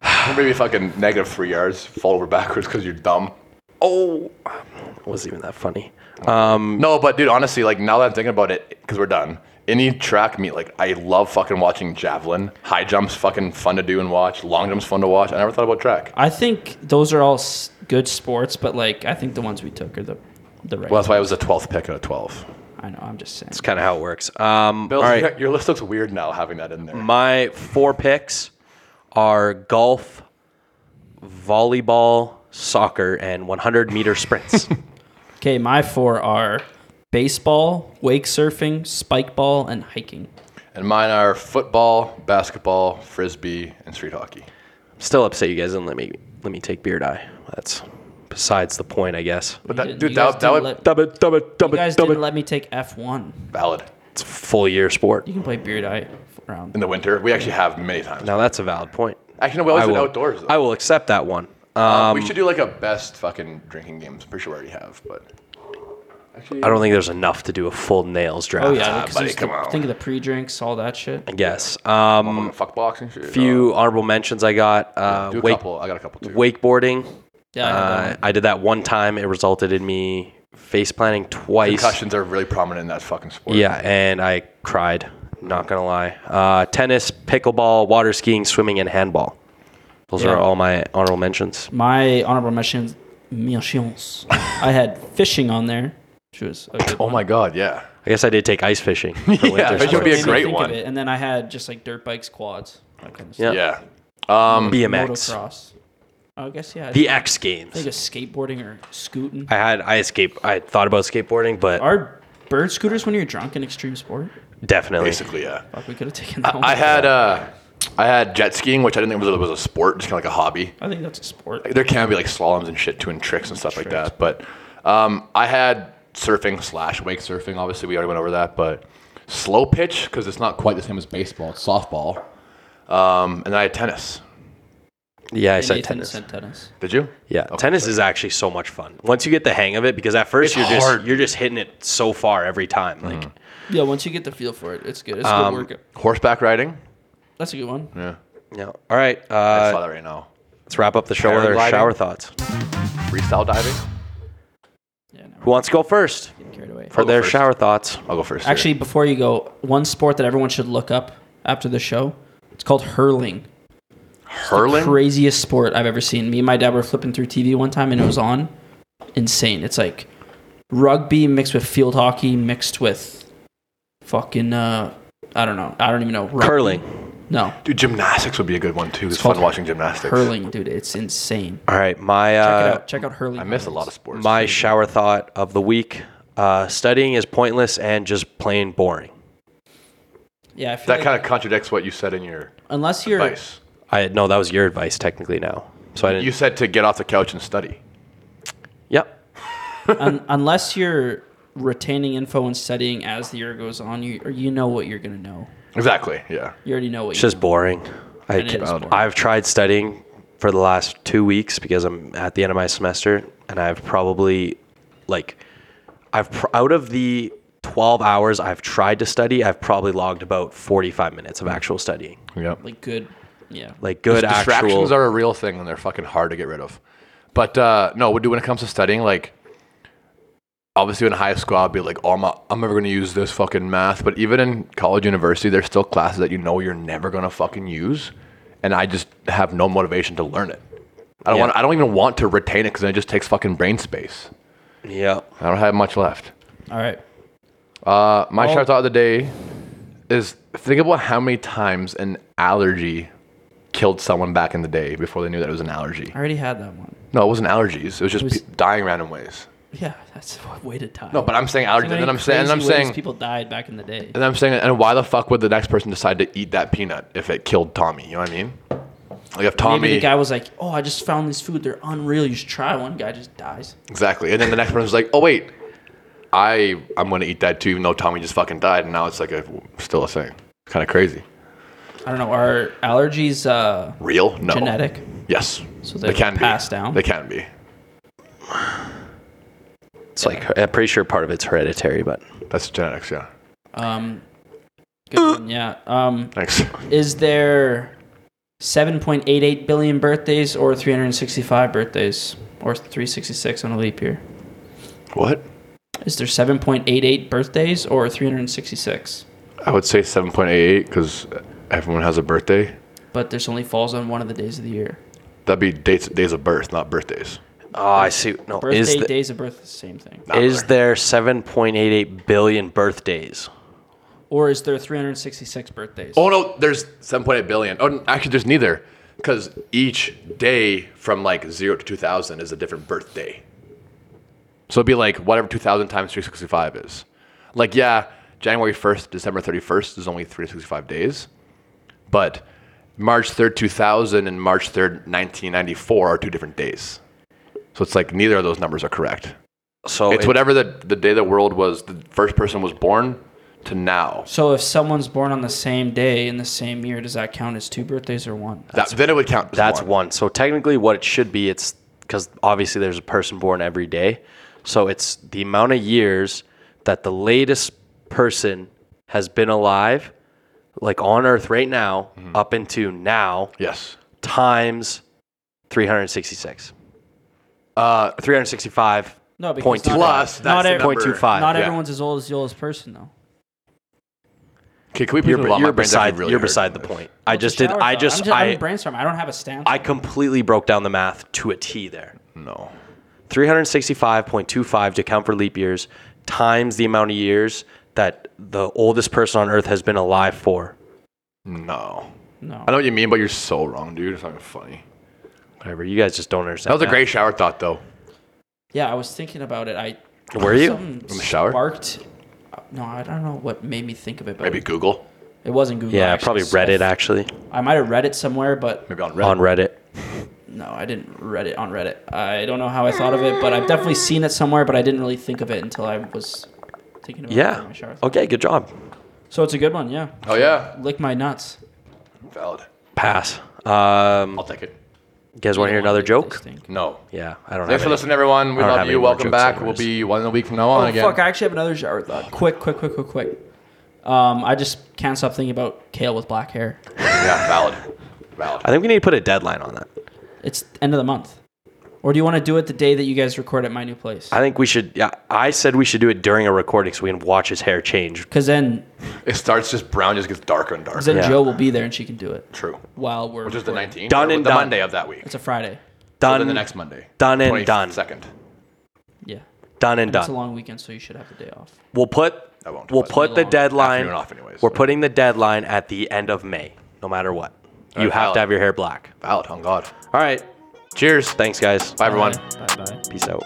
Speaker 1: Or maybe fucking negative three yards, fall over backwards because you're dumb.
Speaker 3: Oh, it wasn't even that funny. Um,
Speaker 1: No, but dude, honestly, like now that I'm thinking about it, because we're done. Any track meet, like I love fucking watching javelin. High jumps, fucking fun to do and watch. Long jumps, fun to watch. I never thought about track.
Speaker 2: I think those are all s- good sports, but like I think the ones we took are the the right.
Speaker 1: Well, that's why I was a 12th pick out of 12.
Speaker 2: I know. I'm just saying.
Speaker 3: it's kind of how it works. Um,
Speaker 1: Bill,
Speaker 3: all right.
Speaker 1: your, your list looks weird now having that in there.
Speaker 3: My four picks are golf, volleyball, soccer, and 100 meter sprints.
Speaker 2: Okay, my four are baseball, wake surfing, spike ball, and hiking.
Speaker 1: And mine are football, basketball, frisbee, and street hockey.
Speaker 3: Still upset you guys didn't let me let me take beard eye. That's besides the point, I guess.
Speaker 1: But
Speaker 2: You
Speaker 1: that, dude,
Speaker 2: guys
Speaker 1: that, that
Speaker 2: didn't
Speaker 1: would
Speaker 2: let-
Speaker 3: Dub it, dub it, dub
Speaker 2: You guys
Speaker 3: it, dub
Speaker 2: didn't
Speaker 3: it.
Speaker 2: let me take F1.
Speaker 1: valid.
Speaker 3: It's a full year sport.
Speaker 2: You can play beard eye round.
Speaker 1: in the winter. We actually have many times.
Speaker 3: Now that's a valid point.
Speaker 1: Actually, no, we always
Speaker 3: I
Speaker 1: did
Speaker 3: will,
Speaker 1: outdoors. Though.
Speaker 3: I will accept that one. Um,
Speaker 1: Uh, we should do like a best fucking drinking games. I'm pretty sure we already have, but actually,
Speaker 3: I don't think there's enough to do a full nails draft.
Speaker 2: Oh yeah, because
Speaker 1: Ah, buddy,
Speaker 2: there's
Speaker 1: come
Speaker 2: the-
Speaker 1: on.
Speaker 2: think of the pre-drinks, all that shit.
Speaker 3: I guess. Um,
Speaker 1: I'm a fuck boxing. Shit.
Speaker 3: few honorable mentions I got.
Speaker 1: uh,
Speaker 3: Uh,
Speaker 1: do a
Speaker 3: wake,
Speaker 1: couple. I got a couple too.
Speaker 3: wakeboarding.
Speaker 2: Yeah, I know that
Speaker 3: Uh,
Speaker 2: one.
Speaker 3: I did that one time. It resulted in me face planting twice.
Speaker 1: Concussions are really prominent in that fucking sport.
Speaker 3: Yeah, and I cried. Not gonna lie. Uh, tennis, pickleball, water skiing, swimming, and handball. Those
Speaker 2: Yeah.
Speaker 3: are all my honorable mentions.
Speaker 2: my honorable mentions. Mentions. I had fishing on there, which was a good
Speaker 1: Oh my god. Yeah.
Speaker 3: I guess I did take ice fishing. for winter
Speaker 1: Yeah, I think it would
Speaker 3: sports.
Speaker 1: be a
Speaker 2: Made me
Speaker 1: great
Speaker 2: think of
Speaker 1: one.
Speaker 2: it. And then I had just like dirt bikes, quads, that kind of
Speaker 3: Yeah.
Speaker 1: Yeah.
Speaker 3: Um, BMX,
Speaker 2: Motocross. I guess yeah. I
Speaker 3: the X Games.
Speaker 2: think of skateboarding or scooting.
Speaker 3: I had I escaped. I had thought about skateboarding, but
Speaker 2: Are bird scooters when you're drunk an extreme sport?
Speaker 3: definitely
Speaker 1: Basically, yeah.
Speaker 2: Fuck, we could have taken that one.
Speaker 1: I had uh, I had jet skiing, which I didn't think was a, was a sport, just kind of like a hobby.
Speaker 2: I think that's a sport.
Speaker 1: There can be like slaloms and shit too, and tricks and stuff like that. But um, I had surfing slash wake surfing. Obviously, we already went over that. But slow pitch because it's not quite the same as baseball. It's softball. Um, and then I had tennis.
Speaker 3: yeah. I
Speaker 2: And
Speaker 3: said
Speaker 2: Nathan
Speaker 3: tennis.
Speaker 2: said tennis.
Speaker 1: Did you?
Speaker 3: Yeah, tennis is actually so much fun once you get the hang of it. Because at first
Speaker 1: It's
Speaker 3: you're
Speaker 1: hard. Mm.
Speaker 3: just you're just hitting it so far every time. Like
Speaker 2: Yeah, once you get the feel for it, it's good. It's
Speaker 1: Um,
Speaker 2: good workout.
Speaker 1: Horseback riding.
Speaker 2: That's a good one.
Speaker 1: Yeah,
Speaker 3: yeah. All right.
Speaker 1: I
Speaker 3: Uh,
Speaker 1: saw that right now.
Speaker 3: Let's wrap up the show with our
Speaker 1: Paragliding.
Speaker 3: shower thoughts.
Speaker 1: Freestyle diving.
Speaker 2: Yeah, no,
Speaker 3: Who wants to go first
Speaker 2: getting carried away.
Speaker 3: for
Speaker 1: I'll go
Speaker 3: their
Speaker 1: first.
Speaker 3: shower thoughts?
Speaker 1: I'll go first. here.
Speaker 2: Actually, before you go, one sport that everyone should look up after the show. It's called hurling.
Speaker 1: hurling.
Speaker 2: Craziest sport I've ever seen. Me and my dad were flipping through TV one time and it was on. Insane. It's like rugby mixed with field hockey mixed with fucking uh I don't know. I don't even know. Rugby.
Speaker 3: Curling.
Speaker 2: No.
Speaker 1: Dude, gymnastics would be a good one too. It's,
Speaker 2: called
Speaker 1: fun watching gymnastics.
Speaker 2: Hurling, dude. It's insane.
Speaker 3: All right, my
Speaker 2: Check it
Speaker 3: uh,
Speaker 2: out. Check out hurling.
Speaker 1: I miss a lot of sports.
Speaker 3: my shower thought of the week: uh, studying is pointless and just plain boring.
Speaker 2: Yeah, I feel
Speaker 1: that
Speaker 2: like
Speaker 1: kind of contradicts what you said in your
Speaker 2: unless you're
Speaker 1: advice.
Speaker 3: I no, that was your advice technically now. So I didn't.
Speaker 1: You said to get off the couch and study.
Speaker 3: yep.
Speaker 2: un, unless you're retaining info and studying as the year goes on, you or you know what you're gonna know.
Speaker 1: Exactly. Yeah.
Speaker 2: You already know what
Speaker 3: It's
Speaker 2: you
Speaker 3: just boring. I
Speaker 2: And it is
Speaker 3: can't-
Speaker 2: boring.
Speaker 3: I've tried studying for the last two weeks because I'm at the end of my semester, and I've probably like I've pr- out of the 12 hours I've tried to study, I've probably logged about 45 minutes of actual studying.
Speaker 1: Yep.
Speaker 2: like good. Yeah.
Speaker 3: Like good
Speaker 1: distractions
Speaker 3: actual.
Speaker 1: are a real thing and they're fucking hard to get rid of. But uh, no, what do when it comes to studying, like obviously in high school I'd be like, oh, I'm, not- I'm never gonna use this fucking math. But even in college, university, there's still classes that you know you're never gonna fucking use, and I just have no motivation to learn it. I don't
Speaker 3: Yeah.
Speaker 1: want. I don't even want to retain it because it just takes fucking brain space.
Speaker 3: yeah.
Speaker 1: I don't have much left.
Speaker 2: All right.
Speaker 1: Uh,
Speaker 2: Oh.
Speaker 1: my shout out of the day is think about how many times an allergy killed someone back in the day before they knew that it was an allergy.
Speaker 2: I already had that one.
Speaker 1: No, it wasn't allergies. It was just
Speaker 2: was-
Speaker 1: pe- dying random ways.
Speaker 2: Yeah, that's a way to die.
Speaker 1: No, but I'm saying allergies,
Speaker 2: So
Speaker 1: and
Speaker 2: many
Speaker 1: then I'm saying, and I'm
Speaker 2: crazy ways
Speaker 1: saying,
Speaker 2: people died back in the day.
Speaker 1: and I'm saying, and why the fuck would the next person decide to eat that peanut if it killed Tommy? You know what I mean? Like if
Speaker 2: Maybe
Speaker 1: Tommy,
Speaker 2: the guy was like, "Oh, I just found this food. They're unreal. You should try one." Guy just dies.
Speaker 1: exactly, and then the next person's like, oh wait, I I'm gonna eat that too, even though Tommy just fucking died, and now it's like a still a thing. It's kind of crazy.
Speaker 2: I don't know. Are allergies uh,
Speaker 1: Real? No.
Speaker 2: genetic?
Speaker 1: Yes.
Speaker 2: So they're passed
Speaker 1: be.
Speaker 2: down?
Speaker 1: They can be.
Speaker 3: It's like I'm pretty sure part of it's hereditary, but
Speaker 1: That's genetics. Yeah.
Speaker 2: Um, good one, yeah. Um,
Speaker 1: Thanks.
Speaker 2: is there 7.88 billion birthdays or 365 birthdays or 366 on a leap year?
Speaker 1: What?
Speaker 2: Is there 7.88 birthdays or 366?
Speaker 1: I would say 7.88 because everyone has a birthday.
Speaker 2: But there's only falls on one of the days of the year.
Speaker 1: That'd be dates days of birth, not birthdays.
Speaker 3: oh, I see. No,
Speaker 2: Birthday,
Speaker 3: is the,
Speaker 2: days of birth, the same thing.
Speaker 3: is there 7.88 billion birthdays?
Speaker 2: Or is there 366 birthdays?
Speaker 1: Oh no, there's 7.8 billion. Oh, n- actually, there's neither because each day from like zero to 2,000 is a different birthday. So it'd be like whatever 2,000 times 365 is. Like yeah, January 1st, December 31st is only 365 days, but March 3rd, 2000 and March 3rd, 1994 are two different days. So it's like neither of those numbers are correct.
Speaker 3: So
Speaker 1: it's
Speaker 3: Oh, it-
Speaker 1: whatever the, the day the world was, the first person was born to now.
Speaker 2: So if someone's born on the same day in the same year, does that count as two birthdays or one?
Speaker 1: That, then it would count. as
Speaker 3: That's
Speaker 1: one.
Speaker 3: one. So technically, what it should be, it's because obviously there's a person born every day. So it's the amount of years that the latest person has been alive, like on Earth right now, up into now,
Speaker 1: Yes.
Speaker 3: times 366. Uh, 365.
Speaker 2: No, because
Speaker 3: Point
Speaker 2: not-
Speaker 1: Plus,
Speaker 2: not
Speaker 1: that's
Speaker 2: every-
Speaker 1: the number.
Speaker 3: 0.25.
Speaker 2: Not
Speaker 1: Yeah.
Speaker 2: everyone's as old as the oldest person, though.
Speaker 1: Okay, can we please
Speaker 3: You're,
Speaker 1: move on? My
Speaker 3: you're
Speaker 1: brain's actually
Speaker 3: beside.
Speaker 1: really
Speaker 3: you're
Speaker 1: hurt
Speaker 3: beside the
Speaker 1: from
Speaker 3: point. I just did.
Speaker 2: Shower
Speaker 3: I
Speaker 2: thought.
Speaker 3: just.
Speaker 2: I'm just I'm
Speaker 3: I.
Speaker 2: brainstorming. I don't have a stance.
Speaker 3: I completely broke down the math to a T there.
Speaker 1: this. No.
Speaker 3: 365.25 to count for leap years times the amount of years that the oldest person on earth has been alive for.
Speaker 1: No.
Speaker 2: no.
Speaker 1: I know what you mean, but you're so wrong, dude. It's not even funny.
Speaker 3: Whatever, you guys just don't
Speaker 1: That
Speaker 3: understand.
Speaker 1: was a great shower thought, though.
Speaker 2: Yeah, I was thinking about it. I
Speaker 3: Were you?
Speaker 2: something
Speaker 1: In the shower?
Speaker 2: Sparked. No, I don't know what made me think of it, but
Speaker 1: Maybe Google.
Speaker 2: it wasn't Google.
Speaker 3: Yeah,
Speaker 2: actually,
Speaker 3: probably
Speaker 2: so
Speaker 3: Reddit actually
Speaker 2: I might have read it somewhere, but
Speaker 1: Maybe on Reddit.
Speaker 3: on Reddit.
Speaker 2: no, I didn't read it on Reddit. I don't know how I thought of it, but I've definitely seen it somewhere, but I didn't really think of it until I was thinking about it. during
Speaker 3: Yeah.
Speaker 2: my shower thought.
Speaker 3: Okay, good job.
Speaker 2: So it's a good one, yeah.
Speaker 1: oh, yeah.
Speaker 2: Lick my nuts.
Speaker 1: Valid.
Speaker 3: Pass. Um,
Speaker 1: I'll take it.
Speaker 3: you guys want to hear another joke?
Speaker 1: No.
Speaker 3: Yeah, I don't
Speaker 1: Thanks for
Speaker 3: know.
Speaker 1: listening, everyone. We
Speaker 3: I don't
Speaker 1: love
Speaker 3: have
Speaker 1: you.
Speaker 3: any more
Speaker 1: Welcome
Speaker 3: jokes
Speaker 1: back. We'll
Speaker 3: anyways.
Speaker 1: be one a week from now on
Speaker 2: Oh
Speaker 1: again.
Speaker 2: fuck! I actually have another shower thought. Quick, quick, quick, quick, quick. Um, I just can't stop thinking about Kale with black hair.
Speaker 1: Yeah, valid. Valid.
Speaker 3: I think we need to put a deadline on that.
Speaker 2: It's end of the month. Or do you want to do it the day that you guys record at my new place?
Speaker 3: I think we should. Yeah, I said we should do it during a recording so we can watch his hair change.
Speaker 2: Because then,
Speaker 1: It starts just brown, just gets darker and darker.
Speaker 2: 'cause then
Speaker 3: Yeah.
Speaker 2: Joe will be there and she can do it
Speaker 1: True.
Speaker 2: while we're.
Speaker 1: Which is the
Speaker 2: recording.
Speaker 1: 19th.
Speaker 3: Done
Speaker 1: or
Speaker 3: and
Speaker 1: the
Speaker 3: done.
Speaker 1: Monday of that week.
Speaker 2: It's a Friday.
Speaker 1: So
Speaker 3: Done.
Speaker 1: then the next Monday.
Speaker 3: Done and done.
Speaker 1: Second.
Speaker 2: Yeah.
Speaker 3: Done and
Speaker 2: It's a
Speaker 3: done.
Speaker 2: long weekend, so you should have the day off.
Speaker 3: We'll put
Speaker 1: I won't.
Speaker 3: we'll
Speaker 1: It's
Speaker 3: put the
Speaker 2: long.
Speaker 3: deadline.
Speaker 1: Afternoon off anyways,
Speaker 3: we're
Speaker 1: so.
Speaker 3: putting the deadline at the end of May, no matter what. You
Speaker 1: right,
Speaker 3: have
Speaker 1: valid.
Speaker 3: to have your hair black.
Speaker 1: Valid. On God.
Speaker 3: All right.
Speaker 1: Cheers.
Speaker 3: Thanks, guys.
Speaker 1: Bye, everyone.
Speaker 2: Bye bye.
Speaker 3: Peace out.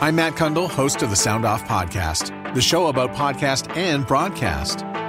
Speaker 4: I'm Matt Kundle, host of the Sound Off Podcast, the show about podcast and broadcast.